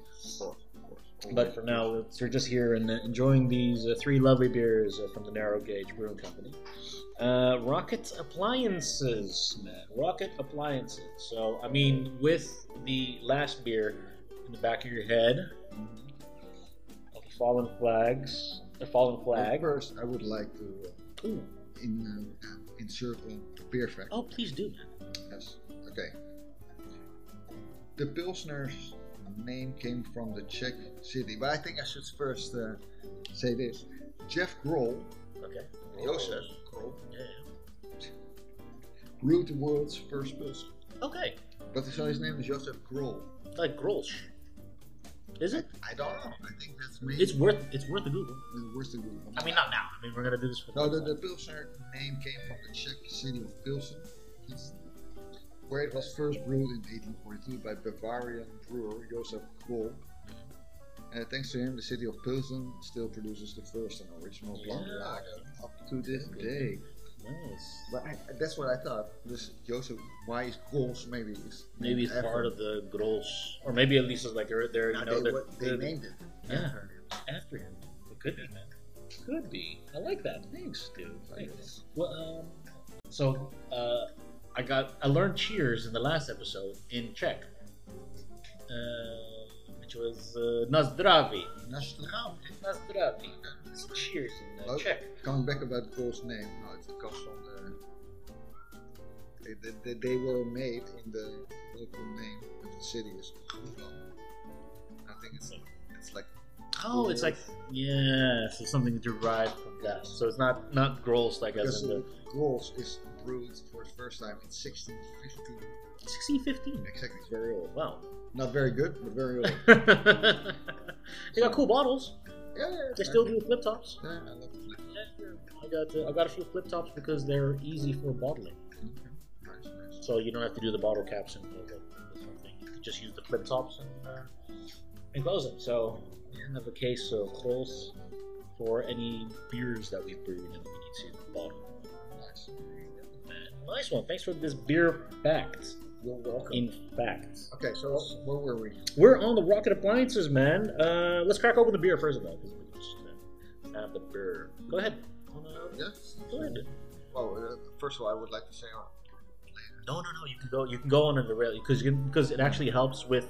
Speaker 1: But for now, we're- we're just here and uh, enjoying these uh, three lovely beers uh, from the Narrow Gauge Brewing Company. Uh, Rocket Appliances, man. Rocket Appliances. So, I mean, with the last beer in the back of your head, of the Fallen Flags, the Fallen
Speaker 2: But
Speaker 1: Flag.
Speaker 2: First, I would like to
Speaker 1: Ooh.
Speaker 2: uh, in, uh, insert on the beer fact.
Speaker 1: Oh, please do, man.
Speaker 2: Yes. Okay. The Pilsner's name came from the Czech city, but I think I should first uh, say this. Jeff Grohl,
Speaker 1: Okay.
Speaker 2: Joseph Grohl,
Speaker 1: Yeah, yeah.
Speaker 2: brewed the world's first Pils.
Speaker 1: Okay.
Speaker 2: But so his name is Joseph Grohl.
Speaker 1: Like Grolsch. Is it?
Speaker 2: I don't know. I think that's maybe
Speaker 1: It's worth it's worth a Google.
Speaker 2: the worst thing we
Speaker 1: I mean, not now. I mean, we're gonna do this for
Speaker 2: No, the, the Pilsner name came from the Czech city of Pilsen, where it was first brewed in 1842 by Bavarian brewer Josef Kroll. And thanks to him, the city of Pilsen still produces the first and original blonde
Speaker 1: Yeah.
Speaker 2: lager up to this day.
Speaker 1: Nice.
Speaker 2: But I, that's what I thought. This Josef, why is Grolsch maybe? Is
Speaker 1: Maybe it's part of the Grols, or maybe at least it's like they're they're you know,
Speaker 2: they,
Speaker 1: they're,
Speaker 2: what, they
Speaker 1: they're-
Speaker 2: named it.
Speaker 1: yeah after him. It could be, man. Could be. I like that. Thanks, dude. Thanks. Well, um, so uh, I got I learned cheers in the last episode in Czech. uh, which was uh, Nazdravi.
Speaker 2: National.
Speaker 1: Nazdravi. Cheers in uh,
Speaker 2: Oh.
Speaker 1: Czech.
Speaker 2: Coming back about Gold's name, no, it's because from the they, they, they, they were made in the local name of the city is Groenland. I think it's it's like
Speaker 1: Oh, it's like yeah, so something derived from that. So it's not not gross like as
Speaker 2: because
Speaker 1: in the
Speaker 2: Gold's is brewed for the first time in 1615.
Speaker 1: 1615.
Speaker 2: Exactly, it's very old.
Speaker 1: Wow.
Speaker 2: Not very good, but very old.
Speaker 1: they got cool bottles.
Speaker 2: yeah, yeah,
Speaker 1: They still do flip tops.
Speaker 2: Yeah, I love the flavor.
Speaker 1: I got uh, I got a few flip tops because they're easy for bottling.
Speaker 2: Nice, nice.
Speaker 1: So you don't have to do the bottle caps and all that this whole thing. You can just use the flip tops and, uh, and close them. So we don't have a case of close for any beers that we've brewed and we need to bottle.
Speaker 2: Nice.
Speaker 1: Uh, Nice one. Thanks for this beer fact.
Speaker 2: You're welcome.
Speaker 1: In fact,
Speaker 2: okay, so where were we?
Speaker 1: we're on the Rocket Appliances, man. Uh, let's crack open the beer first of all. 'cause we just, uh, Have the beer. Go ahead. Uh,
Speaker 2: Yes.
Speaker 1: Go ahead.
Speaker 2: Well, uh, first of all, I would like to say, oh,
Speaker 1: No, no, no. You can go. You can go on in the rail because because it actually helps with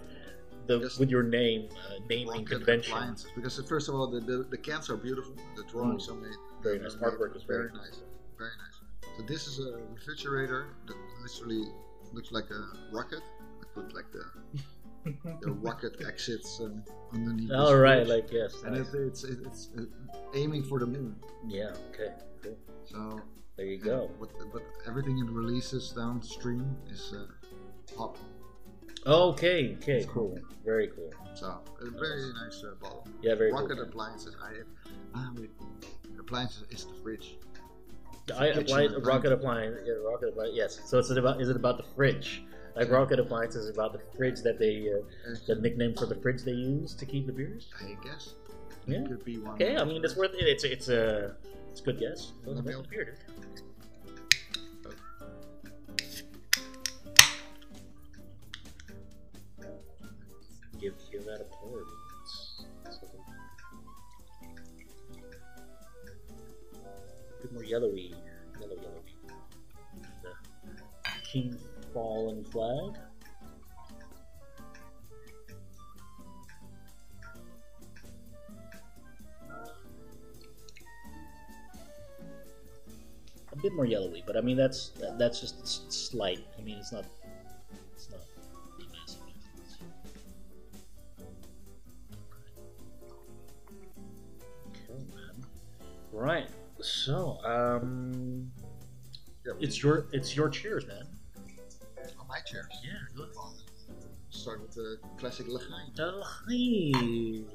Speaker 1: the
Speaker 2: Yes.
Speaker 1: with your name uh, naming
Speaker 2: Rocket
Speaker 1: convention.
Speaker 2: appliances, Because uh, first of all, the, the, the cans are beautiful. The drawings are made.
Speaker 1: Mm. Very
Speaker 2: they
Speaker 1: nice.
Speaker 2: are
Speaker 1: Hard
Speaker 2: made
Speaker 1: work is very
Speaker 2: very nice. Very nice. So this is a refrigerator that literally looks like a rocket. I put like the the rocket exits um, underneath. this
Speaker 1: All right.
Speaker 2: fridge.
Speaker 1: Like yes.
Speaker 2: and
Speaker 1: nice.
Speaker 2: it, it's it, it's uh, aiming for the moon.
Speaker 1: Yeah. Okay.
Speaker 2: So
Speaker 1: There you go.
Speaker 2: But, but everything it releases downstream is uh, hot.
Speaker 1: Okay. Okay. Cool. Very cool.
Speaker 2: So a very nice uh, bottle.
Speaker 1: Yeah. Very
Speaker 2: rocket
Speaker 1: cool.
Speaker 2: appliances. I have. I mean, appliances is the fridge.
Speaker 1: I applied
Speaker 2: appliance.
Speaker 1: rocket appliance. Yeah, rocket appliance. Yes. So it's about is it about the fridge? Like rocket appliance is about the fridge that they uh,
Speaker 2: Uh,
Speaker 1: the nickname for the fridge they use to keep the beers.
Speaker 2: I guess.
Speaker 1: Yeah.
Speaker 2: It could be one.
Speaker 1: Okay. I mean, it's worth it. It's it's a it's a good guess.
Speaker 2: Let me open.
Speaker 1: Beer. Give give that a pour. It's- it's a bit more yellowy, yellow yellowy. The King Fallen Flag. a bit more yellowy, but I mean that's that, that's just s- slight. I mean it's not it's not a massive difference. Cool, man. Right. So, um,
Speaker 2: Yeah,
Speaker 1: it's your it's your cheers, man.
Speaker 2: on my chair.
Speaker 1: Yeah. Good.
Speaker 2: Start with the classic Lagrange.
Speaker 1: Dalhi.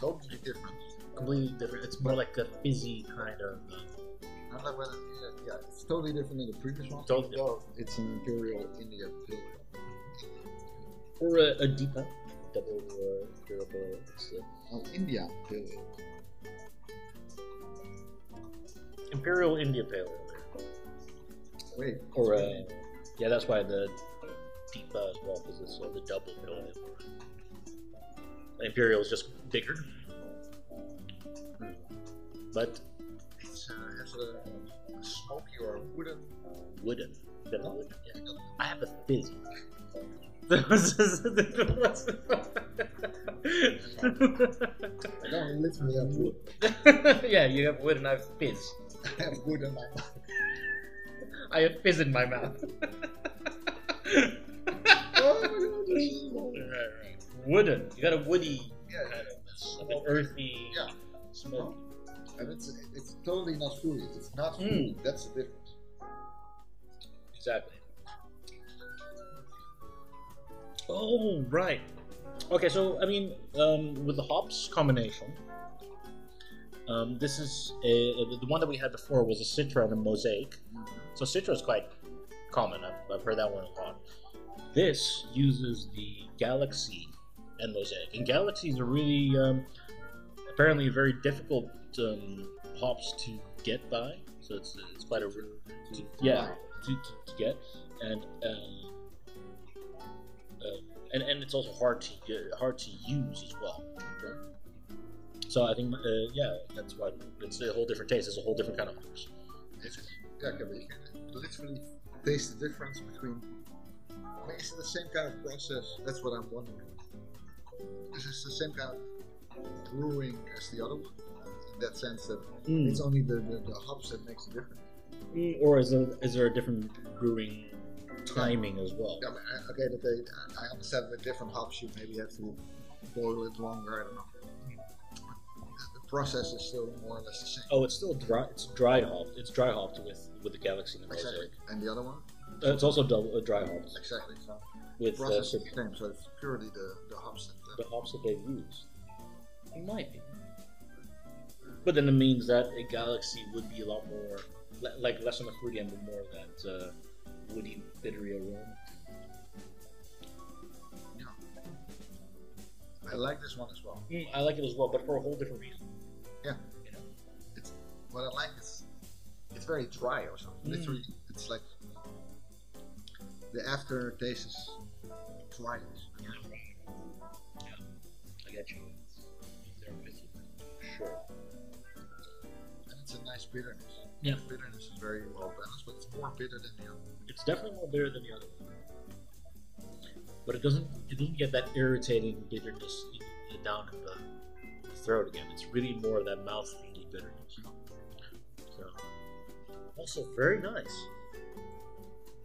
Speaker 2: Totally different.
Speaker 1: Completely different. It's more like a fizzy kind of. uh,
Speaker 2: Not like well, yeah, yeah, it's totally different than the previous one.
Speaker 1: Totally
Speaker 2: Although It's an Imperial India Pale Ale.
Speaker 1: Or a, a deeper double uh, imperial barrel. It's the
Speaker 2: Oh, India Pale Ale.
Speaker 1: Imperial India Pale Ale.
Speaker 2: Wait.
Speaker 1: Or uh, yeah, that's why the Deepa as well, because it's uh, the double building. The Imperial is just bigger, but
Speaker 2: It's, uh, has a, a smoky or a wooden.
Speaker 1: wooden. Than a wooden yeah.
Speaker 2: Yeah.
Speaker 1: I have a fizz. yeah,
Speaker 2: I don't literally have wood.
Speaker 1: you have wood and I have fizz.
Speaker 2: I have wood in my mouth.
Speaker 1: I have fizz in my mouth.
Speaker 2: Oh, my God, this is small.
Speaker 1: Wooden. You got a woody
Speaker 2: yeah,
Speaker 1: kind of Uh-huh. like an earthy
Speaker 2: Yeah.
Speaker 1: smoke.
Speaker 2: and it's it's totally not fruity. It's not
Speaker 1: Mm.
Speaker 2: fruity. That's the difference.
Speaker 1: Exactly. Oh right. Okay, so I mean, um, with the hops combination, um, this is a, the one that we had before was a Citra and a Mosaic. So Citra is quite common. I've, I've heard that one a lot. This uses the Galaxy and Mosaic, and Galaxies are really um, apparently very difficult um, hops to get by. So it's it's quite a yeah to, to, to get and um, uh, and and it's also hard to get, hard to use as well. So I think, uh, yeah, that's why it's a whole different taste. It's a whole different kind of horse.
Speaker 2: It's, yeah, okay, but you can literally taste the difference between. I mean, it's the same kind of process. That's what I'm wondering. Is it's the same kind of brewing as the other one? In that sense, that
Speaker 1: Hmm.
Speaker 2: it's only the, the, the hops that makes the difference.
Speaker 1: Mm, Or is there, is there a different brewing timing as well?
Speaker 2: Yeah, but, uh, okay, that they, I understand with different hops you maybe have to boil it longer. I don't know. The process is still more or less the same.
Speaker 1: Oh, it's still dry. It's dry hopped. It's dry hopped with with the Galaxy and the
Speaker 2: Exactly.
Speaker 1: Mosaic.
Speaker 2: And the other one?
Speaker 1: Uh, it's also double uh, dry hopped
Speaker 2: Exactly. So the
Speaker 1: with uh,
Speaker 2: process is
Speaker 1: so
Speaker 2: the same, so it's purely the, the hops that.
Speaker 1: the hops that they used. It might be. But then it means that a Galaxy would be a lot more, le- like less on the fruity end, but more of that uh, woody, bittery aroma.
Speaker 2: I like this one as well.
Speaker 1: Mm, I like it as well, but for a whole different reason.
Speaker 2: What I like is it's very dry or something.
Speaker 1: Mm.
Speaker 2: Literally, it's like the aftertaste is dry.
Speaker 1: I get you. They're with you. Sure.
Speaker 2: And it's a nice bitterness.
Speaker 1: Yeah.
Speaker 2: The bitterness is very well balanced, but it's more bitter than the other.
Speaker 1: It's definitely more bitter than the other one. But it doesn't it doesn't get that irritating bitterness in- in- down in the throat again. It's really more of that mouth feedy bitterness. So also very nice.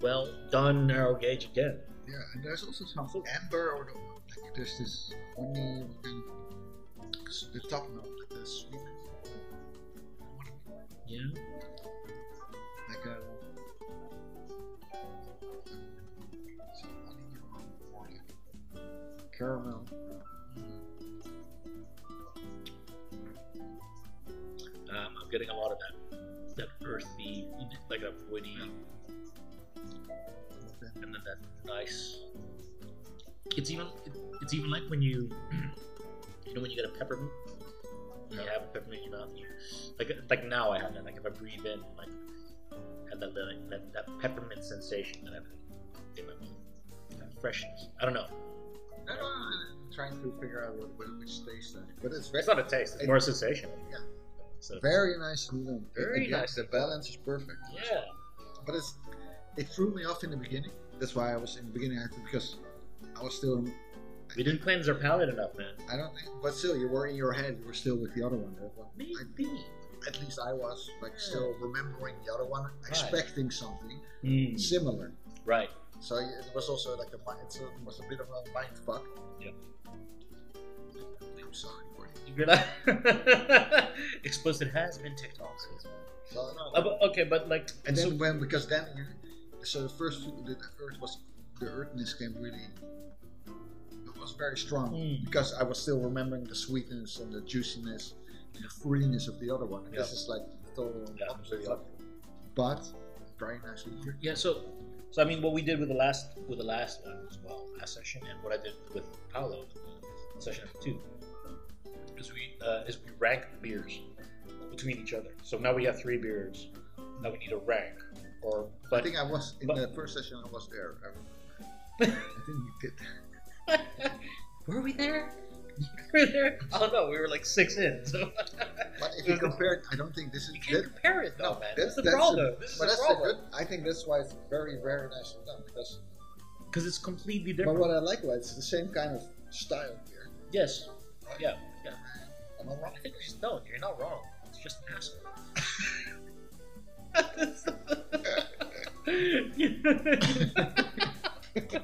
Speaker 1: Well done, narrow gauge again.
Speaker 2: Yeah, and there's also some amber or the, like there's this honey kind of- s- the top note, like the sweetness,
Speaker 1: Yeah.
Speaker 2: like a some honey or- or like caramel.
Speaker 1: Um, I'm getting a lot of that that earthy, like that woody, and then that nice. It's even it, it's even like when you you know when you get a peppermint. and You
Speaker 2: Yeah.
Speaker 1: have a peppermint in your mouth. and You, like like now I have that. Like if I breathe in, like have that that, that, that peppermint sensation that I have in my mouth. That freshness. I don't know.
Speaker 2: I don't know, I'm trying to figure out what, what which taste that is. But it's very,
Speaker 1: It's not a taste. It's more a sensation.
Speaker 2: Yeah.
Speaker 1: So,
Speaker 2: very nicely done.
Speaker 1: Very
Speaker 2: Again,
Speaker 1: nice.
Speaker 2: The balance is perfect.
Speaker 1: yeah.
Speaker 2: But it's it threw me off in the beginning. That's why I was in the beginning I had to, because I was still
Speaker 1: We didn't cleanse our palate enough, man.
Speaker 2: I don't think, but still, you were in your head. You were still with the other one. That one-
Speaker 1: Maybe.
Speaker 2: At least I was, like, still remembering the other one, expecting something
Speaker 1: Hmm.
Speaker 2: similar.
Speaker 1: Right.
Speaker 2: So it was also like a mind. It's a, it was a bit of a mind fuck.
Speaker 1: Yeah.
Speaker 2: I'm sorry for you.
Speaker 1: You're not explicit has been TikTok.
Speaker 2: So, no,
Speaker 1: Uh, but- okay, but like,
Speaker 2: and then
Speaker 1: so-
Speaker 2: when because then you, so the first two- the, the earth was the earthness came really. It was very strong
Speaker 1: Mm.
Speaker 2: because I was still remembering the sweetness and the juiciness and the fruitiness of the other one. And This is like the total
Speaker 1: Yeah,
Speaker 2: opposite.
Speaker 1: yeah.
Speaker 2: of it. But very nicely. brewed.
Speaker 1: yeah, so so I mean, what we did with the last with the last one as well, last session, and what I did with Paolo, uh, session after two, is we uh, is we rank the beers between each other. So now we have three beers that we need to rank, or
Speaker 2: I
Speaker 1: but
Speaker 2: think I was in
Speaker 1: but-
Speaker 2: the first session. I was there. I, I think you did.
Speaker 1: were we there? were we there? Oh no, we were like six in. So
Speaker 2: But if you compare, it, I don't think this is
Speaker 1: you
Speaker 2: that-
Speaker 1: can't compare it though,
Speaker 2: No,
Speaker 1: man. That's,
Speaker 2: that's-
Speaker 1: the
Speaker 2: that's a-
Speaker 1: problem. this is
Speaker 2: But
Speaker 1: the
Speaker 2: that's the
Speaker 1: problem.
Speaker 2: good. I think that's why it's very, very nicely done because.
Speaker 1: because it's completely
Speaker 2: But
Speaker 1: different.
Speaker 2: what I like about it, it's the same kind of style here.
Speaker 1: yes. Yeah. Yeah.
Speaker 2: Am I wrong?
Speaker 1: I think we should know. You're not wrong. It's just an
Speaker 2: Thank you.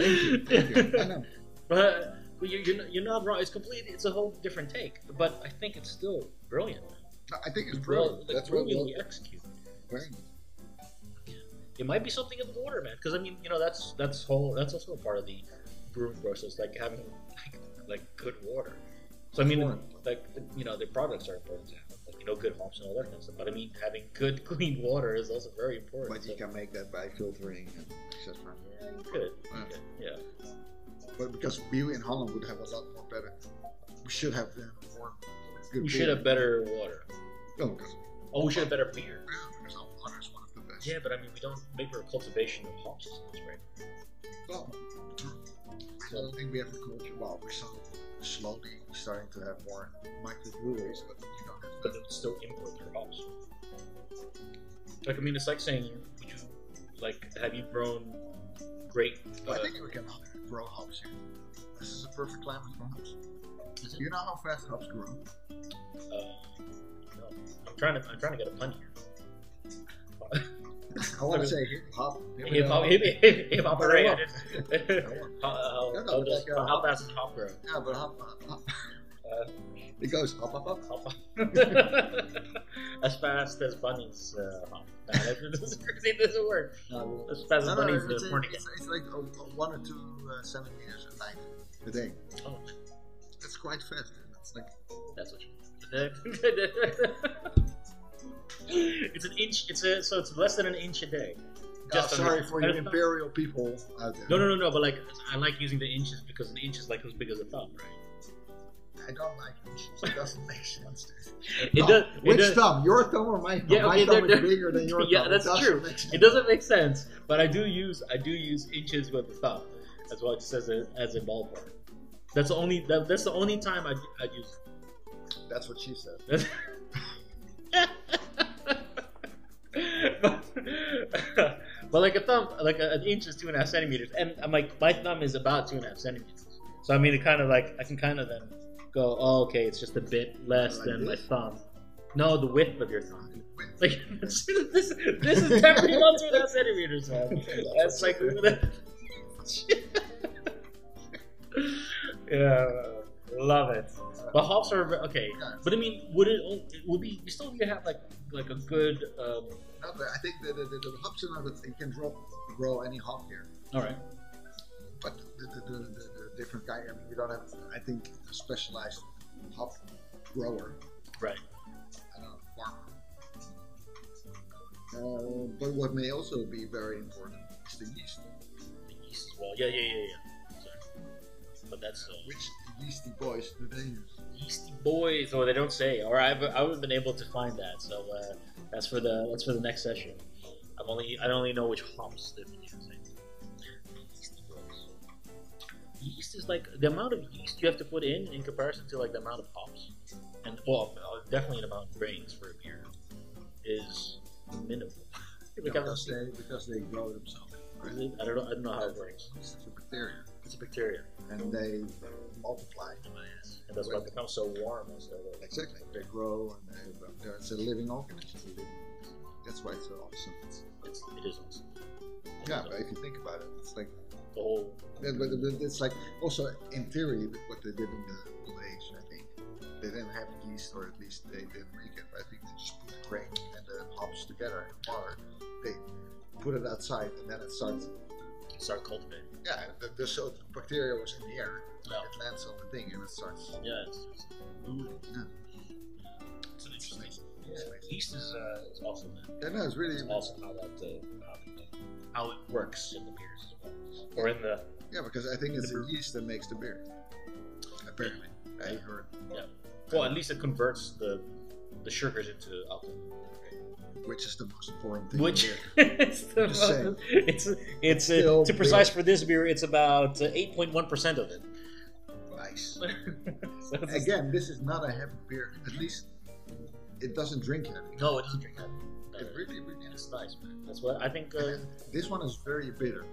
Speaker 2: I
Speaker 1: asshole.
Speaker 2: know.
Speaker 1: but but you're, you're, not, you're not wrong. It's complete. It's a whole different take. But I think it's still brilliant.
Speaker 2: No, I think it's
Speaker 1: Well,
Speaker 2: brilliant.
Speaker 1: like,
Speaker 2: That's what we
Speaker 1: brilliantly
Speaker 2: all
Speaker 1: executed.
Speaker 2: wearing.
Speaker 1: It might be something in the water, man. Because I mean, you know, that's that's whole. That's also a part of the brewing process, like having like, like good water. So I mean,
Speaker 2: Sure.
Speaker 1: like you know, the products are important to have, like you know, good hops and all that kind of stuff. But I mean, having good, clean water is also very important.
Speaker 2: But you
Speaker 1: So-
Speaker 2: can make that by filtering and etc.
Speaker 1: Yeah, you could.
Speaker 2: Yeah.
Speaker 1: Okay, Yeah.
Speaker 2: But because beer in Holland would have a lot more better. We should have uh, more good
Speaker 1: We
Speaker 2: beer.
Speaker 1: should have better water.
Speaker 2: No, because,
Speaker 1: Oh, we should have better beer.
Speaker 2: yeah, because our water is one of the best.
Speaker 1: Yeah, but I mean, we don't make for a cultivation of hops, right?
Speaker 2: Well, true. I don't think we have a culture. Well, we saw slowly starting to have more microbreweries, but you don't have
Speaker 1: But they would still import their hops. Like I mean, it's like saying, would you like have you grown great?
Speaker 2: I
Speaker 1: uh,
Speaker 2: think we can grow hops here. This is a perfect climate for hops. You know how fast hops grow?
Speaker 1: Uh, no. I'm trying to. I'm trying to get a pun here.
Speaker 2: I want to say hip hop.
Speaker 1: Hip hop, hip hip- hip hop parade. How how-
Speaker 2: No, no,
Speaker 1: how does
Speaker 2: like, uh,
Speaker 1: how fast is hop grow?
Speaker 2: Yeah, but hop, hop, hop.
Speaker 1: Uh,
Speaker 2: It goes hop, hop, hop.
Speaker 1: How fast? as fast as bunnies. Uh, hop. Nah, that doesn't, it doesn't work.
Speaker 2: No,
Speaker 1: As fast as
Speaker 2: no,
Speaker 1: bunnies.
Speaker 2: it's,
Speaker 1: uh,
Speaker 2: it's,
Speaker 1: morning.
Speaker 2: it's, it's like uh, one or two uh, centimeters a night a day.
Speaker 1: Oh,
Speaker 2: That's quite fast. It's like uh,
Speaker 1: that's what. you it's an inch. It's a so it's less than an inch a day.
Speaker 2: Just
Speaker 1: Just
Speaker 2: sorry
Speaker 1: under-
Speaker 2: for you imperial people out there.
Speaker 1: No, no, no, no. But like, I like using the inches because an inch is like as big as a thumb, right?
Speaker 2: I don't like it. It doesn't make sense. dude.
Speaker 1: It
Speaker 2: Oh,
Speaker 1: does. It
Speaker 2: Which
Speaker 1: does.
Speaker 2: thumb? Your thumb or my thumb?
Speaker 1: Yeah,
Speaker 2: my
Speaker 1: okay,
Speaker 2: thumb
Speaker 1: they're-
Speaker 2: is bigger than your
Speaker 1: Yeah,
Speaker 2: thumb.
Speaker 1: that's
Speaker 2: it doesn't
Speaker 1: true.
Speaker 2: Make sense.
Speaker 1: It doesn't make sense, but I do use I do use inches with the thumb. That's why it says it as a ballpark. That's the only that, that's the only time I I use.
Speaker 2: That's what she said.
Speaker 1: That's but, but like a thumb, like a, an inch is two and a half centimeters, and I'm like my thumb is about two and a half centimeters. So I mean, it kind of like I can kind of then go, oh, okay, it's just a bit less
Speaker 2: Like
Speaker 1: than my
Speaker 2: this?
Speaker 1: thumb. No, the width of your thumb. Like this, this is definitely not two and a half centimeters, man. That's like yeah, love it. But hops are okay.
Speaker 2: Yeah.
Speaker 1: But I mean, would it? o- It would be. You still need to have like like a good. Um,
Speaker 2: No, but I think the, the, the, the hops are not that you can grow, grow any hop here.
Speaker 1: all right.
Speaker 2: But the, the, the, the, the different kind, I mean, you don't have, I think, a specialized hop grower.
Speaker 1: Right.
Speaker 2: And a farmer. Uh, but what may also be very important is the yeast,
Speaker 1: Yeast as well. Yeah, yeah, yeah, yeah. Sorry. But that's uh,
Speaker 2: which yeasty boys do they use?
Speaker 1: yeasty boys, or they don't say. Or I've I haven't been able to find that. So uh, that's for the that's for the next session. I've only I only know which hops they've been using. Yeasty boys. Yeast is like the amount of yeast you have to put in in comparison to like the amount of hops, and well, uh, definitely an amount of grains for a beer is minimal. Like, I'm-
Speaker 2: because, they, because they grow themselves.
Speaker 1: Is it? I don't know. I don't know how it works.
Speaker 2: Yeast is a bacteria,
Speaker 1: It's a bacteria,
Speaker 2: and they multiply.
Speaker 1: and that's why it becomes so warm. As a, like,
Speaker 2: Exactly. They grow and they, but they're- it's a living organism. It's a living- That's why it's so awesome. It's-
Speaker 1: it's, it is awesome.
Speaker 2: yeah, but if you think about it, it's like
Speaker 1: the whole
Speaker 2: yeah, but but it's like also in theory what they did in the old age. I think they didn't have yeast, or at least they didn't make it. But I think they just put the grain and the hops together in a bar. They put it outside, and then it starts.
Speaker 1: start cultivating.
Speaker 2: Yeah, the, the, so the bacteria was in the air.
Speaker 1: Yeah,
Speaker 2: It lands on the thing, and it starts.
Speaker 1: yeah. It's, it's,
Speaker 2: Yeah.
Speaker 1: it's an interesting. Yeast is uh, it's awesome. Man.
Speaker 2: Yeah, no, it's
Speaker 1: It's
Speaker 2: really
Speaker 1: awesome how that uh, how, it, uh, how it works in the beers as well, or in the
Speaker 2: Yeah, because I think it's
Speaker 1: The
Speaker 2: the
Speaker 1: brew.
Speaker 2: yeast that makes the beer. Apparently, I heard.
Speaker 1: well, at least it converts the the sugars into alcohol,
Speaker 2: Which is the most important thing.
Speaker 1: which
Speaker 2: in beer.
Speaker 1: is the
Speaker 2: Just saying.
Speaker 1: most- it's it's uh,
Speaker 2: Still
Speaker 1: to
Speaker 2: beer.
Speaker 1: precise for this beer, it's about uh, eight point one percent of it.
Speaker 2: nice.
Speaker 1: So it's-
Speaker 2: Again, this is not a heavy beer. At least it doesn't drink heavy.
Speaker 1: No, it doesn't drink heavy.
Speaker 2: It really, really.
Speaker 1: it's nice, man. uh, That's what I think. Uh,
Speaker 2: And this one is very bitter.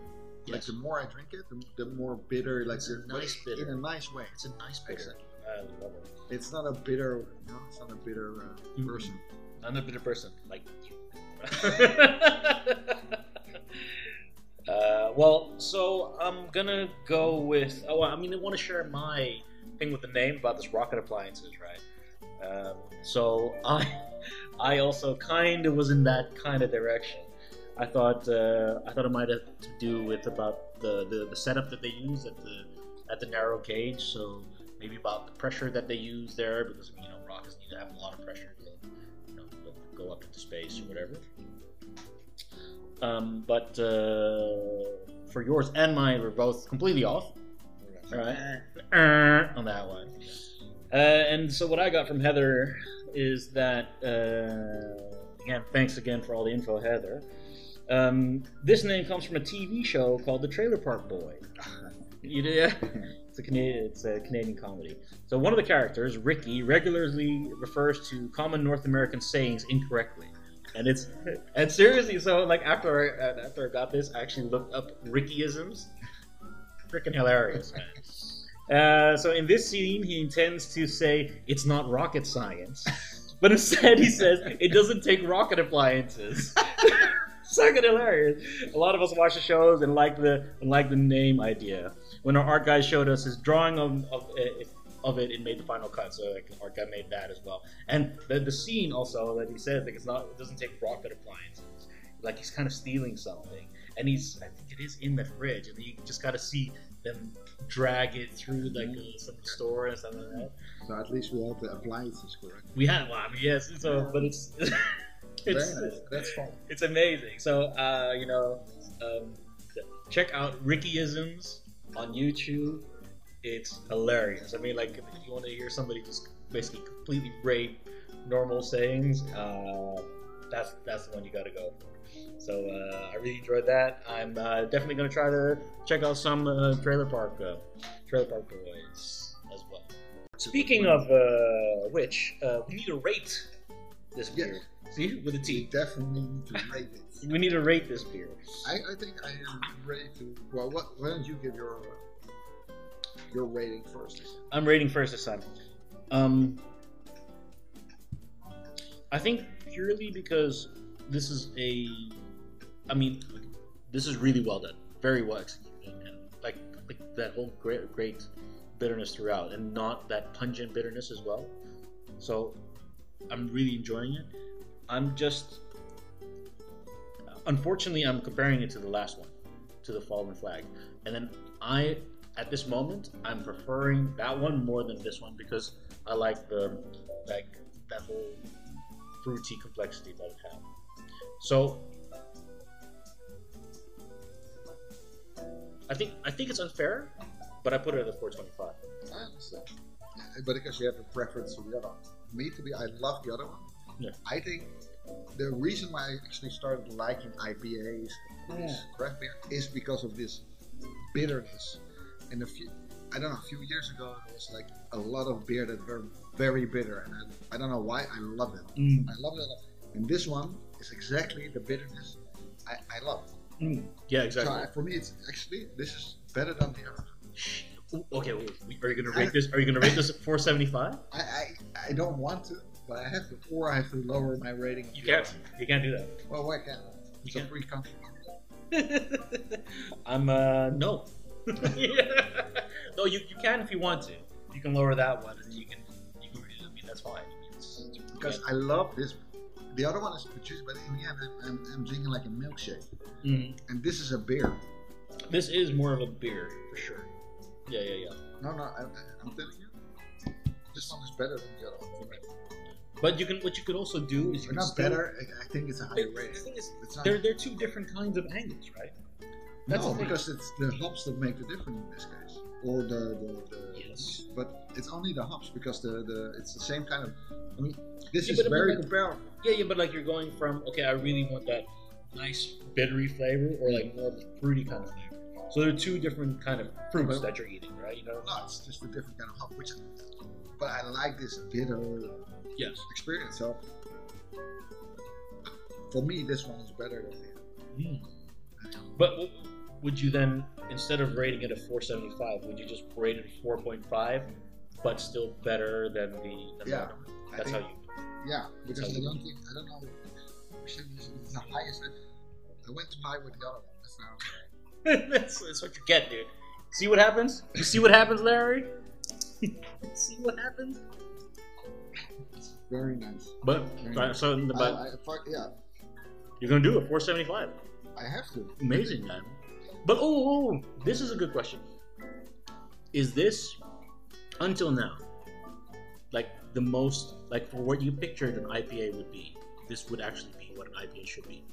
Speaker 2: Like
Speaker 1: yes.
Speaker 2: the more I drink it, the, the more bitter. Like
Speaker 1: It's a
Speaker 2: the-
Speaker 1: nice
Speaker 2: but
Speaker 1: bitter.
Speaker 2: in a nice way.
Speaker 1: it's a nice picture.
Speaker 2: Exactly.
Speaker 1: I love it.
Speaker 2: It's not a bitter. No, it's not a bitter uh,
Speaker 1: Mm.
Speaker 2: person.
Speaker 1: I'm a bitter person, like you. uh, well, so I'm gonna go with. Oh, I mean, I want to share my thing with the name about this rocket appliances, right? Um, so I, I also kind of was in that kind of direction. I thought uh, I thought it might have to do with about the, the, the setup that they use at the at the narrow cage. So maybe about the pressure that they use there, because you know rockets need to have a lot of pressure to you know, go- go up into space or whatever. Um, but uh, for yours and mine, we're both completely off. All right. Uh, on that one. Uh, and so what I got from Heather is that uh, again, thanks again for all the info, Heather. Um, this name comes from a TV show called The Trailer Park Boy. You did? It's a Canadian, it's a Canadian comedy. So one of the characters, Ricky, regularly refers to common North American sayings incorrectly, and it's and seriously. So like after I, after I got this, I actually looked up Rickyisms. Freaking hilarious, man. Uh, so in this scene, he intends to say it's not rocket science, but instead he says it doesn't take rocket appliances. Second hilarious. A lot of us watch the shows and like the and like the name idea. When our art guy showed us his drawing of of, it- of it, it made the final cut. So like, our guy made that as well. And the, the scene also that he says like it's not it doesn't take rocket appliances. Like he's kind of stealing something, and he's I think it is in the fridge, and you just got to see them drag it through like
Speaker 2: Mm-hmm.
Speaker 1: uh, some store and something like that.
Speaker 2: So at least we have the appliances correct.
Speaker 1: We had one, yes. So, but it's it's
Speaker 2: Very nice. That's fun.
Speaker 1: it's amazing. So, uh, you know, um, check out Rickyisms on YouTube. It's hilarious. I mean, like, if you want to hear somebody just basically completely rape normal sayings, uh, that's that's the one you got to go for. So, uh, I really enjoyed that. I'm uh, definitely going to try to check out some uh, Trailer Park uh, Trailer Park Boys as well. Speaking of uh, which, uh, we need to rate this
Speaker 2: Yeah.
Speaker 1: beer. See, with a T.
Speaker 2: We definitely need to rate it.
Speaker 1: We need to rate this beer.
Speaker 2: I, I think I am ready to. Well, what, why don't you give your uh, your rating first?
Speaker 1: I'm rating first this time. Um, I think purely because this is a, I mean, this is really well done, very well executed, and like, like that whole great great bitterness throughout, and not that pungent bitterness as well. So, I'm really enjoying it. I'm just, unfortunately, I'm comparing it to the last one, to the Fallen Flag, and then I at this moment, I'm preferring that one more than this one because I like the like that whole fruity complexity that it had. So I think I think it's unfair, but I put it at a 425.
Speaker 2: I understand. But because you have a preference for the other one. Me, to be, I love the other one.
Speaker 1: Yeah.
Speaker 2: I think the reason why I actually started liking IPAs and this craft beer is because of this bitterness. And a few, I don't know, a few years ago, there was like a lot of beer that were very bitter. And I, I don't know why, I love them. I love them. And this one is exactly the bitterness I, I love.
Speaker 1: Yeah,
Speaker 2: So
Speaker 1: exactly.
Speaker 2: I- for me, it's actually, this is better than the other.
Speaker 1: Ooh, okay, wait, wait, are you gonna rate this? Are you gonna rate this at 475?
Speaker 2: I, I, I don't want to, but I have to, or I have to lower my rating.
Speaker 1: You can't. You can't do that.
Speaker 2: Well, why can't I? It's
Speaker 1: You
Speaker 2: a free country.
Speaker 1: I'm uh no. No, you, you can if you want to. You can lower that one, and you can you can. I mean, that's fine. It's-
Speaker 2: Because I love this. The other one is produced, but in the end, I'm, I'm, I'm drinking like a milkshake.
Speaker 1: Mm,
Speaker 2: And this is a beer.
Speaker 1: this is more of a beer for sure. Yeah, yeah, yeah.
Speaker 2: No, no, I, I- I'm telling you. This one is better than the other one. for me.
Speaker 1: But you can what you could also do is you
Speaker 2: But
Speaker 1: can
Speaker 2: not
Speaker 1: still-
Speaker 2: better, I, I think it's a higher
Speaker 1: The
Speaker 2: rating.
Speaker 1: thing is,
Speaker 2: It's not,
Speaker 1: they're they're two different kinds of angles, right? that's
Speaker 2: no,
Speaker 1: the thing.
Speaker 2: because it's the hops that make the difference in this case. Or the, the, the
Speaker 1: Yes.
Speaker 2: But it's only the hops because the, the it's the same kind of. I mean, this
Speaker 1: Yeah,
Speaker 2: is
Speaker 1: but I mean,
Speaker 2: very
Speaker 1: like-
Speaker 2: comparable.
Speaker 1: Yeah, yeah, but like you're going from okay, I really want that nice bittery flavor, or like more of a fruity kind of flavor. So they're two different kind of fruits
Speaker 2: But-
Speaker 1: that you're eating, right? You know.
Speaker 2: No, it's just a different kind of hop, which, but I like this bitter
Speaker 1: Yes.
Speaker 2: experience. So, for me, this one is better than the other.
Speaker 1: Mm. But w- would you then, instead of rating it a 475, would you just rate it a 4.5, but still better than the? Than the
Speaker 2: Yeah,
Speaker 1: other one?
Speaker 2: I
Speaker 1: that's
Speaker 2: think,
Speaker 1: how you.
Speaker 2: Yeah, because
Speaker 1: how
Speaker 2: I
Speaker 1: you-
Speaker 2: don't think I don't know. Actually, this is the highest. I, I went too high with the other one. That's not-
Speaker 1: that's, that's what you get, dude. See what happens? You see what happens, Larry? see what happens?
Speaker 2: very nice.
Speaker 1: But
Speaker 2: right,
Speaker 1: so,
Speaker 2: I, Mm-hmm. Uh, I, fuck, yeah,
Speaker 1: you're gonna do a 475.
Speaker 2: I have to.
Speaker 1: Amazing, man. But oh, oh, this is a good question. Is this until now like the most like for what you pictured an IPA would be? This would actually be what an IPA should be.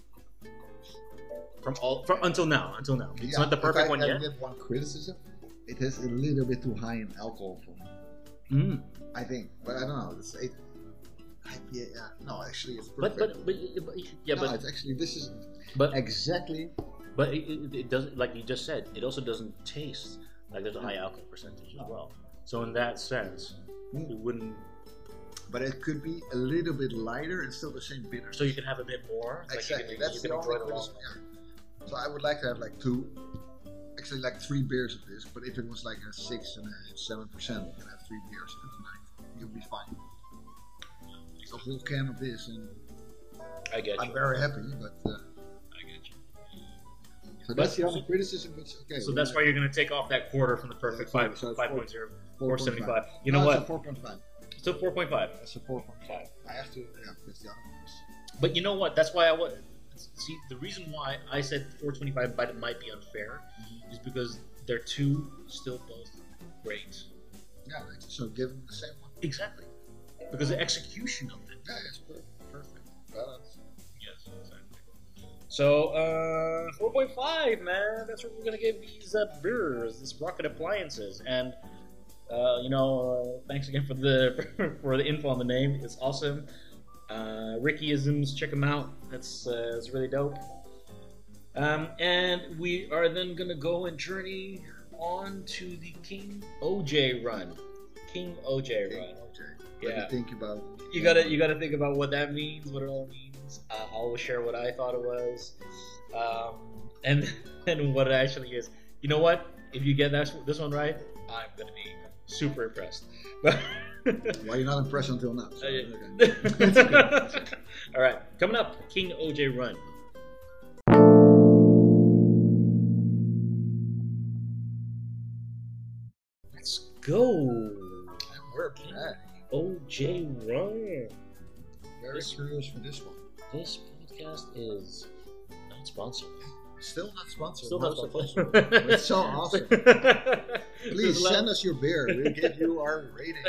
Speaker 1: From all from until now, until now. It's
Speaker 2: Yeah,
Speaker 1: not the
Speaker 2: if
Speaker 1: perfect
Speaker 2: I
Speaker 1: one
Speaker 2: can
Speaker 1: yet.
Speaker 2: Give one criticism. It is a little bit too high in alcohol for me.
Speaker 1: Mm.
Speaker 2: I think, but I don't know. It's eight. IPA, yeah. No, actually, it's
Speaker 1: But,
Speaker 2: perfect.
Speaker 1: but but but yeah,
Speaker 2: no,
Speaker 1: but
Speaker 2: it's actually this is
Speaker 1: but
Speaker 2: exactly
Speaker 1: But it, it, it doesn't, like you just said, it also doesn't taste Like there's a high alcohol percentage as well. So in that sense,
Speaker 2: Mm.
Speaker 1: it wouldn't.
Speaker 2: But it could be a little bit lighter and still the same bitter.
Speaker 1: So you can have a bit more. Like
Speaker 2: exactly.
Speaker 1: You can,
Speaker 2: That's
Speaker 1: you can
Speaker 2: the
Speaker 1: enjoy
Speaker 2: only
Speaker 1: the long.
Speaker 2: criticism. yeah. So I would like to have like two, actually like three beers of this. But if it was like a six and a seven percent, you can have three beers and tonight you'll be fine. It's a whole can of this, and
Speaker 1: I get
Speaker 2: I'm
Speaker 1: you.
Speaker 2: very happy. But uh,
Speaker 1: I get you.
Speaker 2: so
Speaker 1: But-
Speaker 2: that's the only criticism. But okay,
Speaker 1: So that's why you're going to take off that quarter from the perfect
Speaker 2: So-
Speaker 1: five,
Speaker 2: so it's
Speaker 1: five
Speaker 2: four-
Speaker 1: point zero or seventy five. You know
Speaker 2: No,
Speaker 1: what?
Speaker 2: It's a four point five.
Speaker 1: Still four point five.
Speaker 2: It's a four point five. I have to. Yeah, that's the other one.
Speaker 1: But you know what? That's why I would see the reason why I said 425 bite might be unfair
Speaker 2: Mm-hmm.
Speaker 1: is because they're two still both great.
Speaker 2: Yeah, right. so give them the same one.
Speaker 1: Exactly. Because the execution of it.
Speaker 2: Yeah, it's perfect. Perfect. Balance.
Speaker 1: Yes, exactly. So uh, 4.5, man. That's what we're gonna give these uh, beers, this rocket appliances, and uh, you know, uh, thanks again for the for the info on the name. It's awesome. Uh, Rickyisms, check them out. That's uh, it's really dope. Um, and we are then gonna go and journey on to the King OJ run. King OJ
Speaker 2: Okay.
Speaker 1: run.
Speaker 2: Let me
Speaker 1: Yeah.
Speaker 2: think about.
Speaker 1: You gotta you gotta think about what that means, what it all means. Uh, I'll share what I thought it was, um, and and what it actually is. You know what? If you get that, this one right, I'm gonna be super impressed. But
Speaker 2: Well, you're not impressed until now. so-
Speaker 1: Uh, yeah.
Speaker 2: okay.
Speaker 1: all right, coming up, King OJ Run. Let's go,
Speaker 2: And we're back.
Speaker 1: OJ Run.
Speaker 2: Very
Speaker 1: This-
Speaker 2: curious for this one.
Speaker 1: This podcast is not sponsored.
Speaker 2: Still not sponsored.
Speaker 1: Still
Speaker 2: no
Speaker 1: not
Speaker 2: sponsored.
Speaker 1: sponsored.
Speaker 2: It's so awesome. Please send us your beer. We'll give you our rating.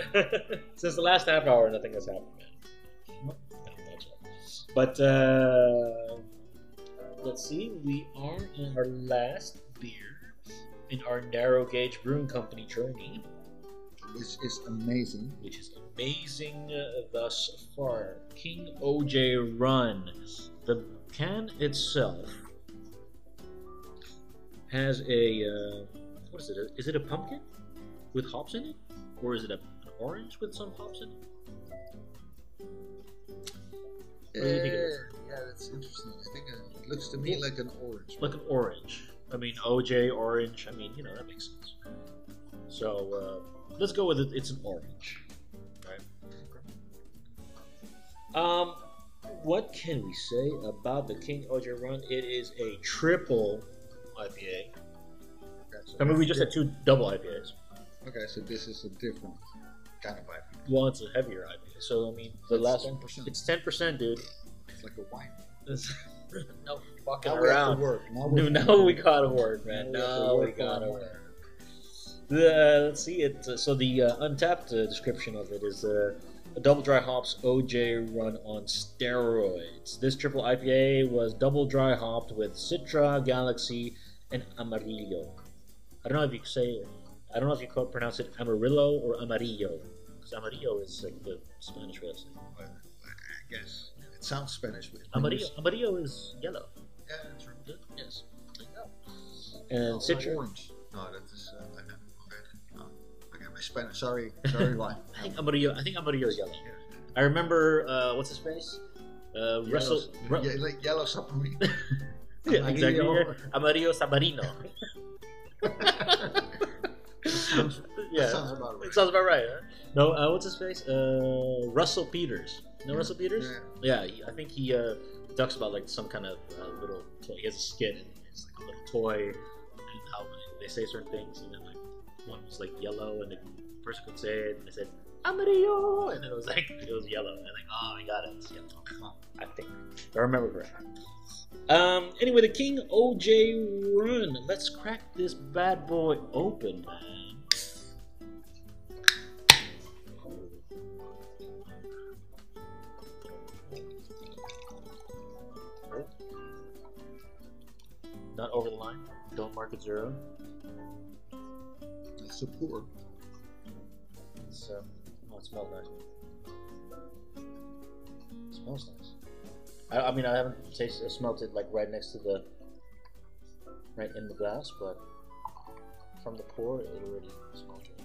Speaker 1: Since the last half hour, nothing has happened. Man. That's right. But uh, let's see. We are in our last beer in our narrow gauge brewing company journey,
Speaker 2: This is amazing.
Speaker 1: which is amazing uh, thus far. King OJ Run. The can itself has a uh, what is it? Is it a pumpkin with hops in it, or is it a, an orange with some hops in it? do you think it is?
Speaker 2: Uh, yeah, that's interesting. I think uh, it looks to me like an orange.
Speaker 1: like an orange. I mean, OJ orange. I mean, you know that makes sense. So uh, let's go with it. It's an orange, right? Um, what can we say about the King OJ run? It is a triple IPA.
Speaker 2: Okay, so
Speaker 1: I mean, we just had two double IPAs.
Speaker 2: Okay, so this is a different kind of vibe.
Speaker 1: Well, it's a heavier IPA. So I mean, the last one,
Speaker 2: 10%.
Speaker 1: it's ten percent, dude.
Speaker 2: It's like a wine.
Speaker 1: It's- no fucking
Speaker 2: Now we have to
Speaker 1: around.
Speaker 2: work. Now
Speaker 1: No,
Speaker 2: we have to
Speaker 1: no, we
Speaker 2: work.
Speaker 1: got a word, man. No, we got a word. The, let's see it. So the uh, untapped uh, description of it is uh, a double dry hops OJ run on steroids. This triple IPA was double dry hopped with Citra, Galaxy, and Amarillo. I don't know if you say. I don't know if you co- pronounce it Amarillo or Amarillo, because Amarillo is like the Spanish way of saying. it.
Speaker 2: Well, I guess it sounds Spanish. but-
Speaker 1: Amarillo, Amarillo is yellow.
Speaker 2: Yeah, true.
Speaker 1: Yes. And
Speaker 2: Oh,
Speaker 1: Citra.
Speaker 2: orange. No, that is. Uh, I know. okay. No. Okay, my Spanish. Sorry, sorry, why?
Speaker 1: I think Amarillo. I think Amarillo is yellow.
Speaker 2: Yeah.
Speaker 1: I remember uh, what's his face? Uh, Russell. Ru-
Speaker 2: yeah, like yellow submarine.
Speaker 1: yeah, exactly.
Speaker 2: Amarillo.
Speaker 1: Amarillo Sabarino.
Speaker 2: sounds-
Speaker 1: yeah,
Speaker 2: that sounds about right.
Speaker 1: it sounds about right. Huh? No, uh, what's his face? Uh, Russell Peters. No,
Speaker 2: Yeah,
Speaker 1: Russell Peters.
Speaker 2: yeah.
Speaker 1: Yeah, he, I think he uh, talks about like some kind of uh, little. Toy. He has a skit and it's like a little toy, and how they say certain things, and then like one was like yellow, and the person could say it, and they said amarillo, and it was like it was yellow, and like oh, I got it, it's yellow. I think if I remember correctly. Um. Anyway, the King OJ run. Let's crack this bad boy open, man. Not over the line. Don't mark it zero.
Speaker 2: It's a poor.
Speaker 1: So, oh, it smells nice. It smells nice. I, I mean, I haven't tasted, smelt it like right next to the, right in the glass, but
Speaker 4: from the pour, it already smells good.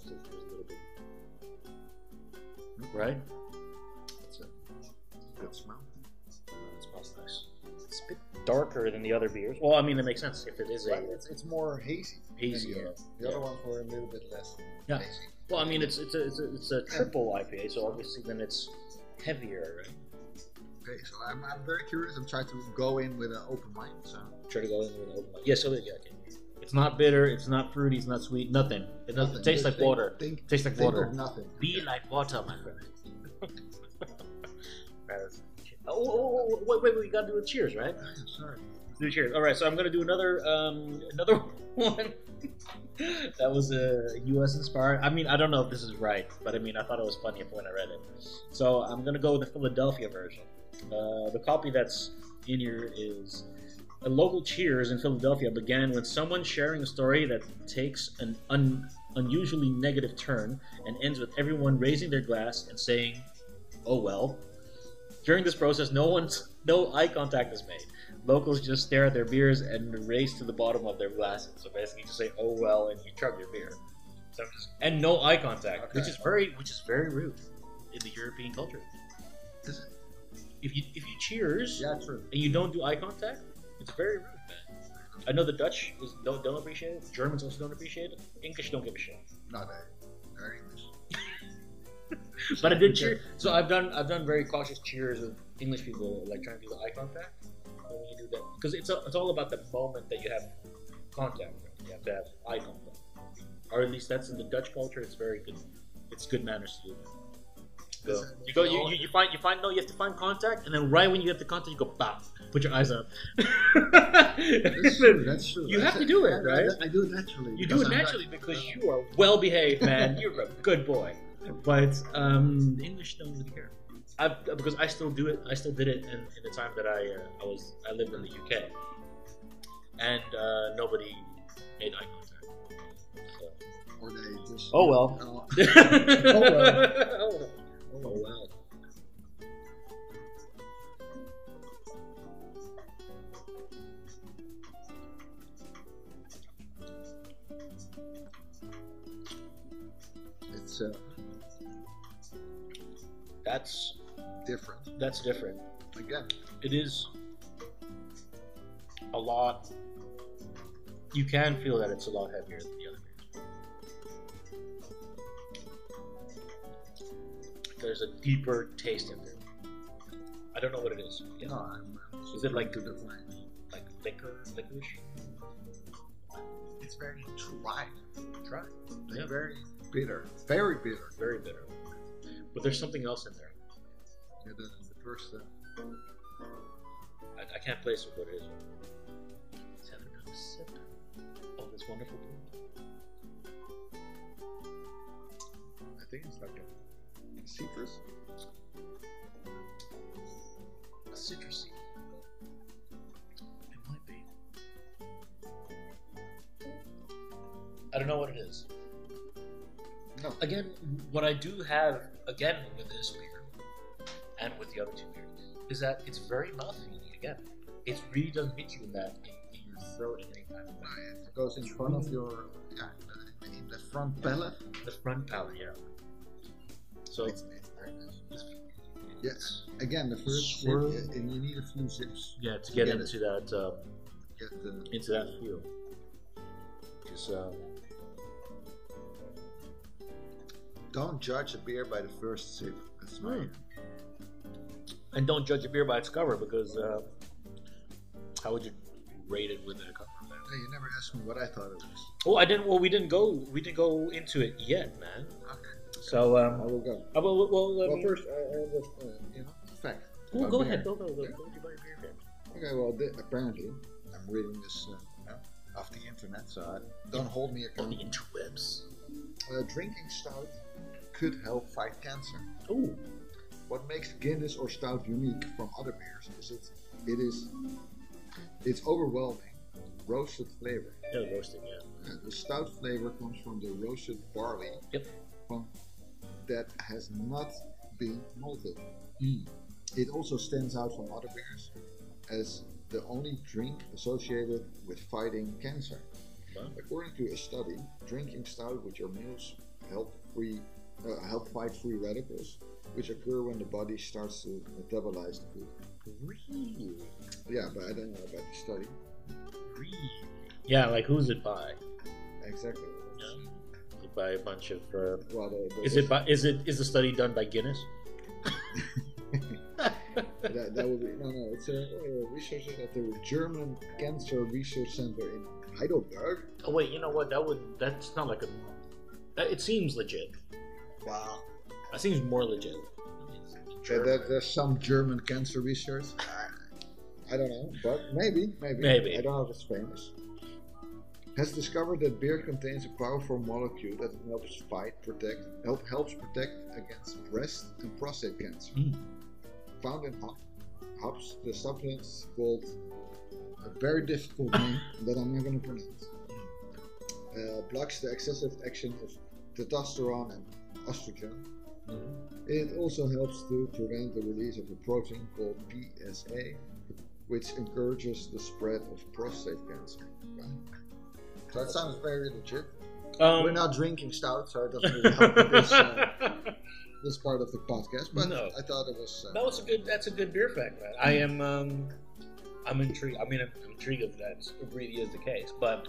Speaker 4: Just a little bit.
Speaker 1: Right?
Speaker 2: It's a good smell.
Speaker 4: Uh, it smells nice. It's a bit darker than the other beers. Well, I mean, that makes sense if it is
Speaker 2: But
Speaker 4: a
Speaker 2: it's, it's more hazy. than
Speaker 1: Hazy,
Speaker 2: The,
Speaker 1: yeah.
Speaker 2: other- the other ones were a little bit less
Speaker 1: Yeah.
Speaker 2: hazy.
Speaker 1: Well, I mean, it's it's a, it's a, it's a triple IPA, so obviously then it's heavier, right?
Speaker 2: Okay, so I'm, I'm very curious. I'm trying to go in with an open mind. So
Speaker 1: Try to go in with an open mind. Yeah, so yeah, okay. It's not bitter. It's not fruity. It's not sweet. Nothing. It doesn't
Speaker 2: Nothing.
Speaker 1: taste
Speaker 2: Just
Speaker 1: like
Speaker 2: think-
Speaker 1: water.
Speaker 2: Think,
Speaker 1: tastes like
Speaker 2: think
Speaker 1: water.
Speaker 2: of nothing.
Speaker 1: Be like water, my friend.
Speaker 4: That's-
Speaker 1: Oh, oh, oh, oh, wait, wait, wait, we gotta do a cheers, right?
Speaker 2: Sorry.
Speaker 1: Do cheers. All right, so I'm gonna do another um another one. that was a U.S. inspired. I mean, I don't know if this is right, but I mean, I thought it was funny when I read it. So I'm gonna go with the Philadelphia version. Uh, the copy that's in here is a local cheers in Philadelphia began with someone sharing a story that takes an un- unusually negative turn and ends with everyone raising their glass and saying, "Oh well." During this process, no one's no eye contact is made. Locals just stare at their beers and race to the bottom of their glasses. So basically, just say "oh well" and you chug your beer. So I'm just and no eye contact,
Speaker 2: Okay.
Speaker 1: which is very which is very rude in the European culture.
Speaker 2: Is it?
Speaker 1: If you if you cheers
Speaker 2: Yeah, true.
Speaker 1: and you don't do eye contact, it's very rude, man. I know the Dutch is, don't don't appreciate it. Germans also don't appreciate it. English don't give a shit.
Speaker 2: No, they, they're English.
Speaker 1: But I did cheer. So I've done I've done very cautious cheers with English people, like trying to do the eye contact. But When you do that, because it's a, it's all about the moment that you have contact. Right? You have to have eye contact, or at least that's in the Dutch culture. It's very good. It's good manners to do. that. So you go, you, you, you find, you find, no, you have to find contact, and then right when you get the contact, you go, bop, put your eyes up.
Speaker 2: That's true. That's true.
Speaker 1: You
Speaker 2: That's
Speaker 1: have to do it,
Speaker 2: I- I-
Speaker 1: right?
Speaker 2: I, do it naturally.
Speaker 1: You do
Speaker 2: because
Speaker 1: it
Speaker 2: I'm not-
Speaker 1: naturally because you are well behaved, man. You're a good boy. But um, the English don't really care. I, because I still do it. I still did it in, in the time that I uh, I was I lived in the UK, and uh, nobody made eye contact.
Speaker 2: Or they just.
Speaker 1: Oh, well.
Speaker 2: Oh,
Speaker 1: So.
Speaker 2: Oh, well.
Speaker 1: Oh, well.
Speaker 2: it's uh,
Speaker 1: That's
Speaker 2: different.
Speaker 1: that's different.
Speaker 2: Again,
Speaker 1: It is a lot. You can feel that it's a lot heavier than the other beers. There's a deeper taste in there. I don't know what it is.
Speaker 2: no, I'm. uh,
Speaker 1: Is it like
Speaker 2: to define.
Speaker 1: like liquor, licorice?
Speaker 2: It's very dry.
Speaker 1: Try.
Speaker 2: They're
Speaker 1: Yeah.
Speaker 2: Very bitter. Very bitter.
Speaker 1: Very bitter. But there's something else in there.
Speaker 2: Yeah, the, the first. Uh,
Speaker 1: I, I can't place what it is. Let's have another sip of this Oh, wonderful beer.
Speaker 2: I think it's like a citrus.
Speaker 1: Citrusy. It might be. I don't know what it is.
Speaker 2: No.
Speaker 1: Again, what I do have again with this beer and with the other two beers is that it's very mouth feeling again. It really doesn't hit you in that in, in your throat at any time.
Speaker 2: It goes in front of your. Yeah, in the front palate.
Speaker 1: The front palate, yeah. So
Speaker 2: It's, it's very nice. Yes. Again, the first sip,
Speaker 1: Swirl.
Speaker 2: yeah, and you need a few sips
Speaker 1: yeah, to get
Speaker 2: Yeah.
Speaker 1: into that um,
Speaker 2: to get the.
Speaker 1: into that feel. Because um,
Speaker 2: Don't judge a beer by the first sip. That's my.
Speaker 1: and don't judge a beer by its cover because uh, how would you rate it with a cover?
Speaker 2: Hey, you never asked me what I thought it was.
Speaker 1: Oh, I didn't. Well, we didn't go. We didn't go into it yet, man. So
Speaker 2: I
Speaker 1: um,
Speaker 2: will go.
Speaker 1: uh, well, well, well, let
Speaker 2: Well,
Speaker 1: me-
Speaker 2: first, I, I was, uh, you know, fact.
Speaker 1: Oh,
Speaker 2: about
Speaker 1: go
Speaker 2: beer.
Speaker 1: ahead. Go go go. Go with your beer first.
Speaker 2: Okay, well, th- apparently, I'm reading this uh, you know, off the internet, so I, don't hold me
Speaker 1: On Oh, the
Speaker 2: accountable.
Speaker 1: interwebs.
Speaker 2: Uh, drinking stout could help fight cancer.
Speaker 1: Oh,
Speaker 2: What makes Guinness or stout unique from other beers is it, it is it's overwhelming roasted flavor.
Speaker 1: no roasting. Yeah.
Speaker 2: Uh, The stout flavor comes from the roasted barley
Speaker 1: Yep.
Speaker 2: from, that has not been malted.
Speaker 1: Mm.
Speaker 2: It also stands out from other beers as the only drink associated with fighting cancer.
Speaker 5: Wow.
Speaker 2: According to a study, drinking stout with your meals help free uh, help fight free radicals, which occur when the body starts to metabolize the food.
Speaker 5: Really?
Speaker 2: Yeah, but I don't know about the study
Speaker 1: Yeah, like who's it by?
Speaker 2: exactly.
Speaker 1: Is it by a bunch of. Uh,
Speaker 2: Well, the, the,
Speaker 1: is it by? Is it? Is the study done by Guinness?
Speaker 2: that, that would be no, no. It's a uh, researchers at the German Cancer Research Center in Heidelberg.
Speaker 1: Oh wait, you know what? That would. That's not like a. That, it seems legit.
Speaker 2: Wow.
Speaker 1: That seems more legit.
Speaker 2: That, that, there's some German cancer research. I don't know, but maybe, maybe.
Speaker 1: Maybe.
Speaker 2: I don't know if it's famous. Has discovered that beer contains a powerful molecule that helps fight, protect, help helps protect against breast and prostate cancer.
Speaker 1: Hmm.
Speaker 2: Found in hop, hops, the substance called a very difficult name that I'm not going to pronounce. Uh, blocks the excessive action of testosterone and estrogen. It also helps to prevent the release of a protein called PSA, which encourages the spread of prostate cancer. So that sounds very legit.
Speaker 1: Um,
Speaker 2: We're not drinking stout, so it doesn't really help with this, uh, this part of the podcast. But
Speaker 1: No.
Speaker 2: I thought it was. Uh,
Speaker 1: That was a good. That's a good beer fact, man. I am. Um, I'm intrigued. I mean, I'm, I'm intrigued if that really is the case, but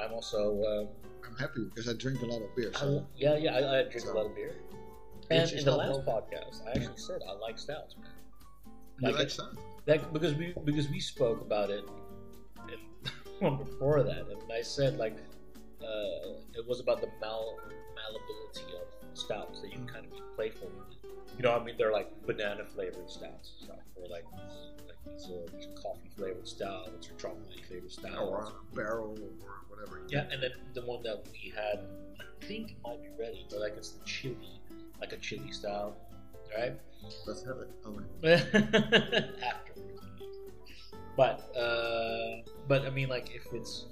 Speaker 1: I'm also.
Speaker 2: I'm happy because I drink a lot of beer.
Speaker 1: Uh,
Speaker 2: So
Speaker 1: I- yeah, yeah. I, I drink a lot of beer. And
Speaker 2: Which is
Speaker 1: in the
Speaker 2: not
Speaker 1: last
Speaker 2: healthy.
Speaker 1: podcast, I actually said I like stouts, man.
Speaker 2: you
Speaker 1: Like
Speaker 2: like
Speaker 1: it,
Speaker 2: stout?
Speaker 1: that because we because we spoke about it in, one before that, and I said like uh, it was about the mal malleability of stouts that you can kind of be playful with. it. You know, I mean, they're like banana flavored stouts, so, or like like these, uh, these coffee flavored stouts or chocolate flavored stouts.
Speaker 2: Or a barrel or whatever.
Speaker 1: Yeah, and then the one that we had, I think might be ready, but like it's the chili, like a chili style, right?
Speaker 2: Let's have it. Oh, wait.
Speaker 1: after. But uh, but I mean, like if it's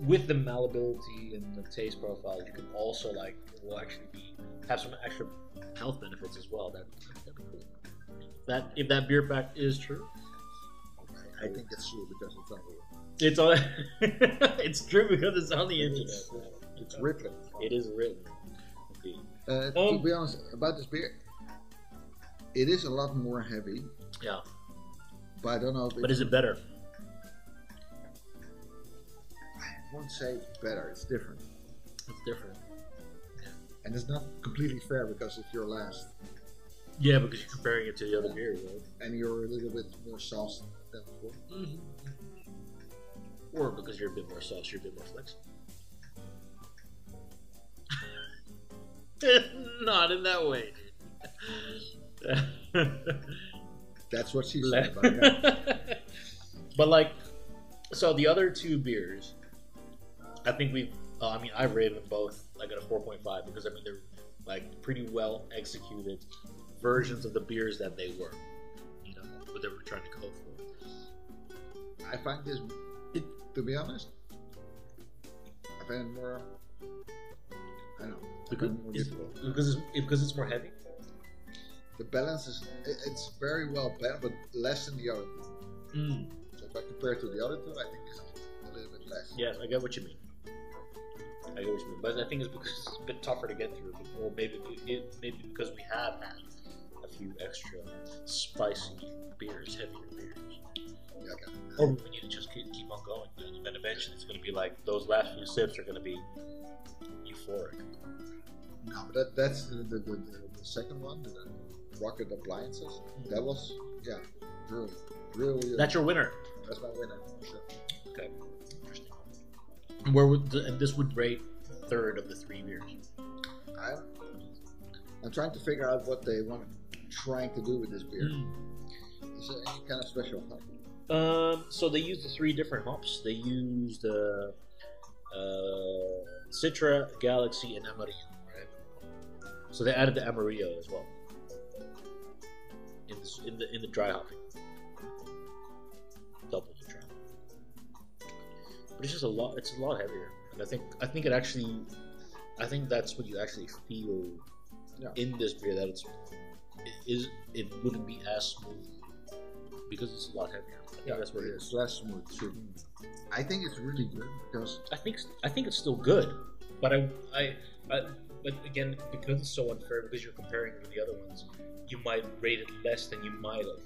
Speaker 1: with the malleability and the taste profile, you can also like it will actually be have some extra health benefits as well. That that'd be cool. That if that beer fact is true,
Speaker 2: I think it's true because it's on the
Speaker 1: it's on. it's true because it's on the internet.
Speaker 2: It's, it's ripping.
Speaker 1: It is written. Indeed.
Speaker 2: Uh, to
Speaker 1: Um,
Speaker 2: be honest, about this beer, it is a lot more heavy,
Speaker 1: Yeah,
Speaker 2: but I don't know if
Speaker 1: but is it better?
Speaker 2: I won't say it's better. It's different,
Speaker 1: It's different.
Speaker 2: and it's not completely fair because if you're last
Speaker 1: Yeah, because you're comparing it to the other beer, right?
Speaker 2: and you're a little bit more saucy than before,
Speaker 1: Mm-hmm. Or because you're a bit more sauce, you're a bit more flexible. Not in that way, dude.
Speaker 2: that's what she said. uh, about it.
Speaker 1: but like, so the other two beers, I think we, uh, I mean, I've rated them both like at a 4.5 because I mean they're like pretty well executed versions of the beers that they were, you know, what they were trying to go for.
Speaker 2: I find this, to be honest, I find it more. I don't know. I
Speaker 1: Because,
Speaker 2: find it more
Speaker 1: it's,
Speaker 2: difficult.
Speaker 1: because it's because it's more heavy.
Speaker 2: The balance is it- it's very well balanced, but less than the other. Two.
Speaker 1: Mm,
Speaker 2: So if I compare it to the other two, I think it's a little bit less.
Speaker 1: Yes, I get what you mean. I get what you mean, but I think it's because it's a bit tougher to get through, or maybe it, maybe because we have had a few extra spicy beers, heavier beers,
Speaker 2: Yeah, okay.
Speaker 1: or we need to just keep, keep on going. man. And then eventually, it's going to be like those last few sips are going to be euphoric.
Speaker 2: No, but that, that's the, the, the, the, the second one, the rocket appliances. That was, yeah, really, really.
Speaker 1: That's your winner.
Speaker 2: that's my winner for sure.
Speaker 1: Okay, interesting. Where would the, and this would rate third of the three beers?
Speaker 2: I'm, I'm trying to figure out what they want trying to do with this beer.
Speaker 1: Mm.
Speaker 2: Is there any kind of special hop?
Speaker 1: Um, so they used the three different hops. They used uh, uh, Citra, Galaxy, and Amarillo. Right? So they added the Amarillo as well in the in the, in the dry hopping. Double the dry. But it's just a lot. It's a lot heavier, and I think I think it actually, I think that's what you actually feel
Speaker 2: Yeah.
Speaker 1: in this beer that it's it is it wouldn't be as smooth because it's a lot heavier. I think that's what it is.
Speaker 2: It's less smooth too. I think it's really good because
Speaker 1: I think I think it's still good, but I, I, I but again because it's so unfair because you're comparing it to the other ones, you might rate it less than you might have.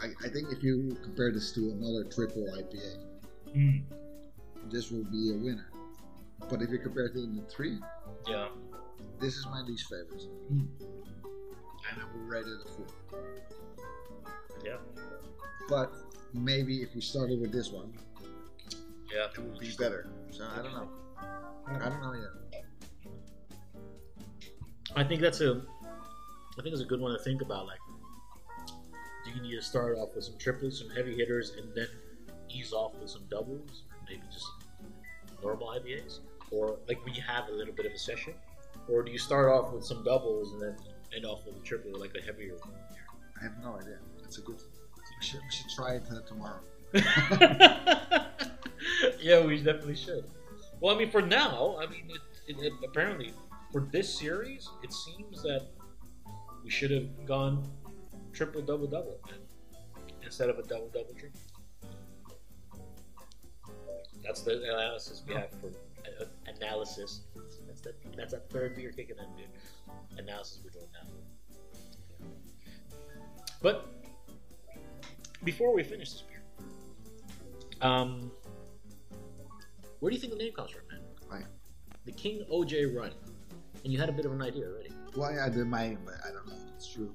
Speaker 2: I, I think if you compare this to another triple IPA,
Speaker 1: Mm.
Speaker 2: this will be a winner. But if you compare it to the three,
Speaker 1: Yeah,
Speaker 2: this is my least favorite,
Speaker 1: Mm.
Speaker 2: and I will rate it a four.
Speaker 1: yeah,
Speaker 2: But maybe if we started with this one,
Speaker 1: yeah.
Speaker 2: it would be better. So I don't know. I don't know yet.
Speaker 1: I think that's a, I think it's a good one to think about. Like, do you need to start off with some triples, some heavy hitters, and then ease off with some doubles, or maybe just normal IBAs, or like when you have a little bit of a session, or do you start off with some doubles and then end off with a triple, like a heavier one?
Speaker 2: I have no idea. That's a good. We should, we should try it uh, tomorrow.
Speaker 1: yeah, we definitely should. Well, I mean, for now, I mean, it, it, it, apparently for this series, it seems that we should have gone triple double double instead of a double double triple. That's the analysis we have for uh, analysis. That's that. That's a third beer kicking in, dude. Analysis we're doing now. But before we finish this beer, um, where do you think the name comes from, man?
Speaker 2: Right.
Speaker 1: The King OJ Run, and you had a bit of an idea already.
Speaker 2: Well, yeah, I did my, but I don't know if it's true.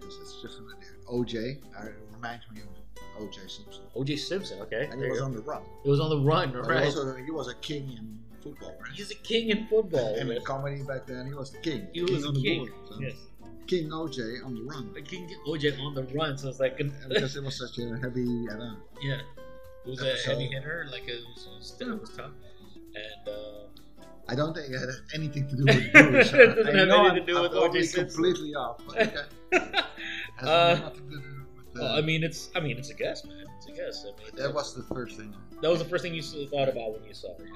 Speaker 2: Because it's just an idea. OJ, uh, it reminds me of OJ Simpson.
Speaker 1: OJ Simpson, okay.
Speaker 2: And
Speaker 1: there
Speaker 2: he was
Speaker 1: you go.
Speaker 2: on the run.
Speaker 1: it was on the run,
Speaker 2: But
Speaker 1: right?
Speaker 2: He, was a, he was a king in football, right?
Speaker 1: He's a king in football.
Speaker 2: And
Speaker 1: man.
Speaker 2: in comedy back then, he was the king.
Speaker 1: He was
Speaker 2: on
Speaker 1: the king.
Speaker 2: board, so.
Speaker 1: Yes.
Speaker 2: King OJ on the run.
Speaker 1: The King OJ on the run, so it's like an,
Speaker 2: And because it was such a heavy, uh, I don't know.
Speaker 1: yeah, it was a
Speaker 2: Episode.
Speaker 1: heavy hitter, like it was, it was, still, it was tough, and. Uh,
Speaker 2: I don't think it had anything to do with Jewish. I-
Speaker 1: It doesn't
Speaker 2: I
Speaker 1: have anything
Speaker 2: know I'm-
Speaker 1: to do
Speaker 2: I'm
Speaker 1: with O.J.
Speaker 2: probably
Speaker 1: Simpson.
Speaker 2: completely off. But okay. Has
Speaker 1: Uh,
Speaker 2: nothing to do with the,
Speaker 1: well, I mean, it's I mean, it's a guess, man. It's a guess. I mean,
Speaker 2: that was the first thing.
Speaker 1: That was the first thing you s- thought about when you saw it.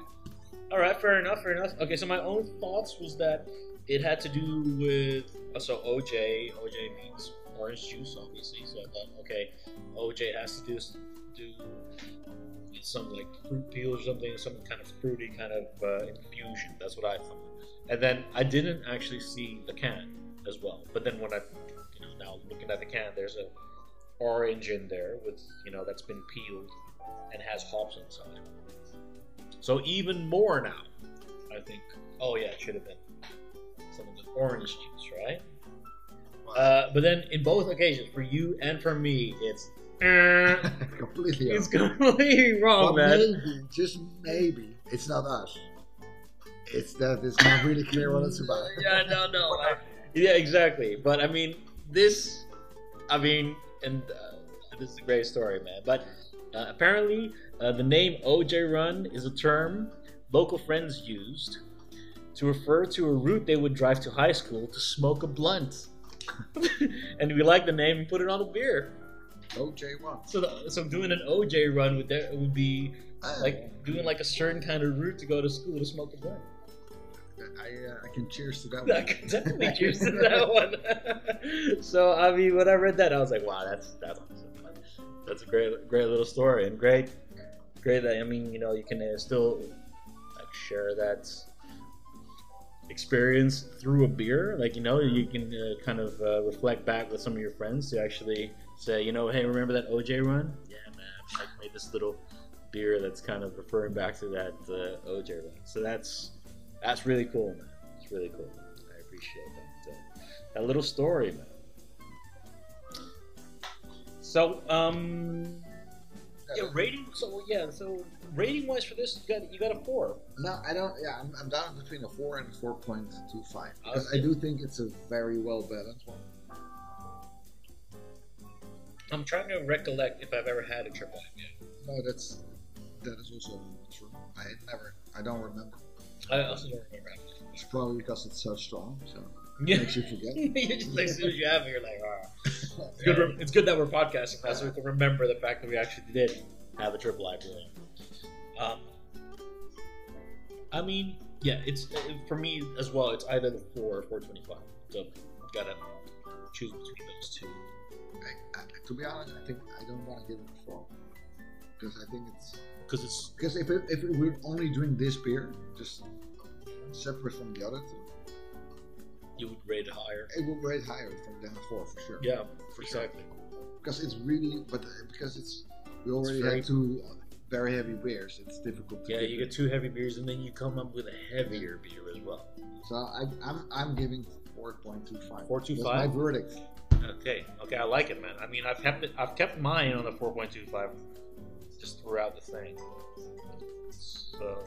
Speaker 1: All right, fair enough, fair enough. Okay, so my own thoughts was that it had to do with uh, so OJ. OJ means orange juice, obviously. So I thought, okay, OJ has to do s- do with some like fruit peel or something, some kind of fruity kind of uh, infusion. That's what I thought. And then I didn't actually see the can as well. But then when I you know, now looking at the can, there's a orange in there with you know that's been peeled and has hops inside. So even more now, I think. Oh yeah, it should have been something with orange juice, right? Uh, but then in both occasions, for you and for me, it's uh,
Speaker 2: completely
Speaker 1: it's
Speaker 2: off.
Speaker 1: completely wrong,
Speaker 2: but
Speaker 1: man.
Speaker 2: maybe, just maybe, it's not us. It's that it's not really clear what it's about.
Speaker 1: yeah, no, no. I- yeah, exactly. But I mean, this, I mean, and uh, this is a great story, man. But uh, apparently, uh, the name OJ Run is a term local friends used to refer to a route they would drive to high school to smoke a blunt. and we like the name and put it on a beer.
Speaker 2: OJ one.
Speaker 1: So, the, so doing an OJ run would there would be
Speaker 2: I,
Speaker 1: like doing like a certain kind of route to go to school to smoke a blunt.
Speaker 2: I, uh, I can cheers to that
Speaker 1: I
Speaker 2: one.
Speaker 1: could definitely cheers to that one. so I mean, when I read that, I was like, wow, that's that's awesome. That's a great, great little story and great, great. I mean, you know, you can uh, still like share that experience through a beer. Like you know, you can uh, kind of uh, reflect back with some of your friends to actually say, you know, hey, remember that OJ run? Yeah, man, I made this little beer that's kind of referring back to that uh, OJ run. So that's that's really cool, man. It's really cool. I appreciate that. uh, that little story, man. So, um, yeah, rating. So yeah, so rating wise for this, you got you got a four.
Speaker 2: No, I don't. Yeah, I'm, I'm down between a four and a four point two five because
Speaker 1: Oh, Okay.
Speaker 2: I do think it's a very well balanced one.
Speaker 1: I'm trying to recollect if I've ever had a triple IPA.
Speaker 2: No, that's that is also true. I had never. I don't remember.
Speaker 1: I also don't remember. having it.
Speaker 2: It's probably because it's so strong, so
Speaker 1: Yeah.
Speaker 2: makes you forget. uh,
Speaker 1: you just like as soon as you have it, you're like, ah. It's good. rem- It's good that we're podcasting now, so we can remember the fact that we actually did have a triple IPA. Um, I mean, yeah, it's uh, for me as well. It's either the four or four twenty-five. So gotta choose between those two.
Speaker 2: I, I, to be honest, I think I don't want to give it a four because I think it's
Speaker 1: Because it's
Speaker 2: because if it, if we're only doing this beer, just separate from the other two,
Speaker 1: you would rate it higher.
Speaker 2: it will rate higher from than a four for sure.
Speaker 1: Yeah,
Speaker 2: for sure.
Speaker 1: exactly.
Speaker 2: Because it's really, but uh, because it's we already
Speaker 1: very-
Speaker 2: had two uh, very heavy beers, it's difficult. to
Speaker 1: Yeah,
Speaker 2: give
Speaker 1: you
Speaker 2: it-
Speaker 1: get two heavy beers, and then you come up with a heavier beer as well.
Speaker 2: So I, I'm I'm giving four point two five.
Speaker 1: Four two
Speaker 2: My
Speaker 1: five.
Speaker 2: verdict.
Speaker 1: Okay, okay, I like it, man. I mean, I've kept it, I've kept mine on a four point two five just throughout the thing. So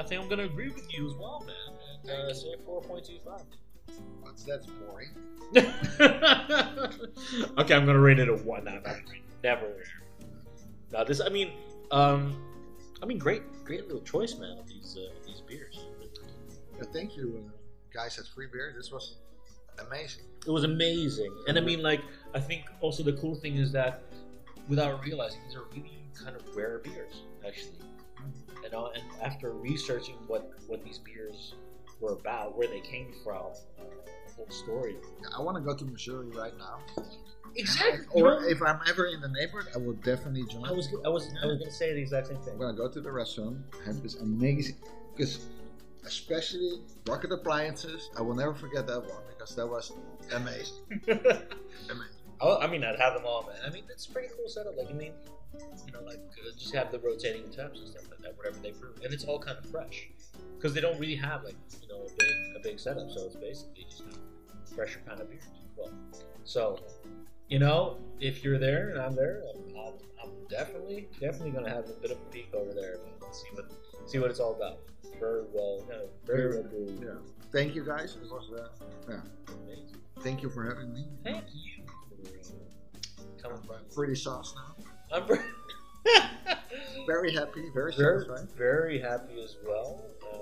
Speaker 1: I think I'm gonna agree with you as well, man. And, uh, say four point two five.
Speaker 2: That's, that's boring.
Speaker 1: okay, I'm gonna rate it a one. Not never. Now this, I mean, um, I mean, great, great little choice, man. Of these, uh, these beers.
Speaker 2: But thank you, uh, guys at Free Beer. This was amazing.
Speaker 1: It was amazing, and I mean, like, I think also the cool thing is that without realizing, these are really kind of rare beers, actually. And, uh, and after researching what what these beers were about, where they came from, uh, the whole story.
Speaker 2: I want to go to Missouri right now.
Speaker 1: Exactly.
Speaker 2: Or if I'm ever in the neighborhood, I will definitely join.
Speaker 1: I was I was I was gonna say the exact same
Speaker 2: I'm
Speaker 1: thing.
Speaker 2: gonna go to the restaurant, have this amazing, because especially rocket appliances. I will never forget that one because that was amazing.
Speaker 1: Oh, I mean, I'd have them all, man. I mean, it's a pretty cool setup. Like, I mean, you know, like uh, just have the rotating taps and stuff like that, whatever they brew, and it's all kind of fresh because they don't really have like you know a big a big setup, so it's basically just fresher kind of beers. as Well, so you know, if you're there and I'm there, I'm, I'm, I'm definitely definitely gonna have a bit of a peek over there and see what see what it's all about. Very well, you know, very well brewed.
Speaker 2: Yeah. Thank you guys. It was, uh,
Speaker 1: Amazing.
Speaker 2: thank you for having me.
Speaker 1: Thank you for uh, coming by.
Speaker 2: Pretty sauce now.
Speaker 1: I'm very,
Speaker 2: Very happy. Very
Speaker 1: very,
Speaker 2: satisfied.
Speaker 1: very happy as well. Uh,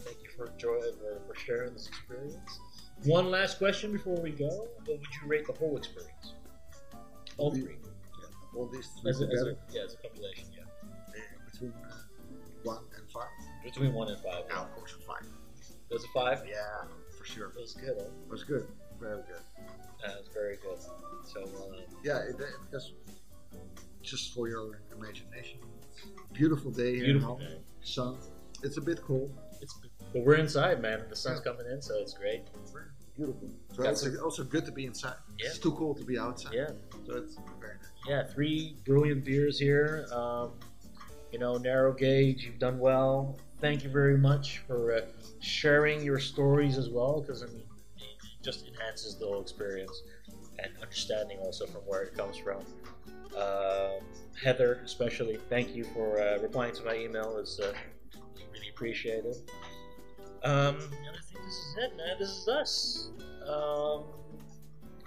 Speaker 1: thank you for enjoying for, for sharing this experience. One last question before we go: What would you rate the whole experience? All
Speaker 2: The-
Speaker 1: three,
Speaker 2: All these three
Speaker 1: as a, as
Speaker 2: together
Speaker 1: a, yeah, as a compilation, yeah,
Speaker 2: uh, between uh, one and five.
Speaker 1: between one and five.
Speaker 2: Now, of course, five.
Speaker 1: It was a five. It
Speaker 2: Yeah, for sure.
Speaker 1: was good. Huh?
Speaker 2: It was good. Very good.
Speaker 1: That was very good. So uh,
Speaker 2: Yeah, it, it- because just for your imagination. Beautiful day here.
Speaker 1: beautiful
Speaker 2: now.
Speaker 1: day.
Speaker 2: Sun. It's a bit cold.
Speaker 1: It's but we're inside, man. The sun's coming in, so it's great.
Speaker 2: Beautiful. So
Speaker 1: Yeah,
Speaker 2: it's
Speaker 1: so-
Speaker 2: also good to be inside.
Speaker 1: Yeah.
Speaker 2: It's too cold to be outside.
Speaker 1: Yeah.
Speaker 2: So it's very nice.
Speaker 1: yeah, three brilliant beers here. Um, you know, narrow gauge, you've done well. Thank you very much for uh, sharing your stories as well, because I mean, it just enhances the whole experience and understanding also from where it comes from. Um Heather, especially, thank you for uh, replying to my email. It's uh, really appreciated. Um, and I think this is it, man. This is us. Um,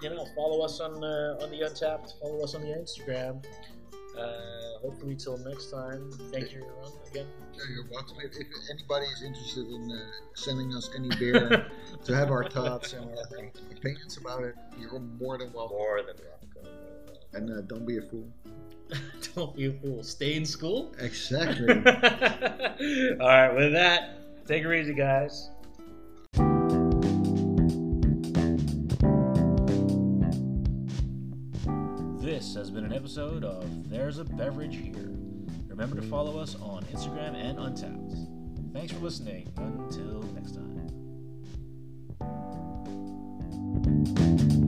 Speaker 1: you know, follow us on uh, on the Untapped. Follow us on the Instagram. Uh, hopefully, till next time. Thank you everyone, again.
Speaker 2: Yeah, you're welcome. If, if anybody is interested in uh, sending us any beer to have our thoughts and our opinions about it, you're more than welcome.
Speaker 1: More than welcome.
Speaker 2: And uh, don't be a fool.
Speaker 1: Don't be a fool. Stay in school.
Speaker 2: Exactly.
Speaker 1: All right. With that, take it easy, guys. This has been an episode of There's a Beverage Here. Remember to follow us on Instagram and Untapped. Thanks for listening. Until next time.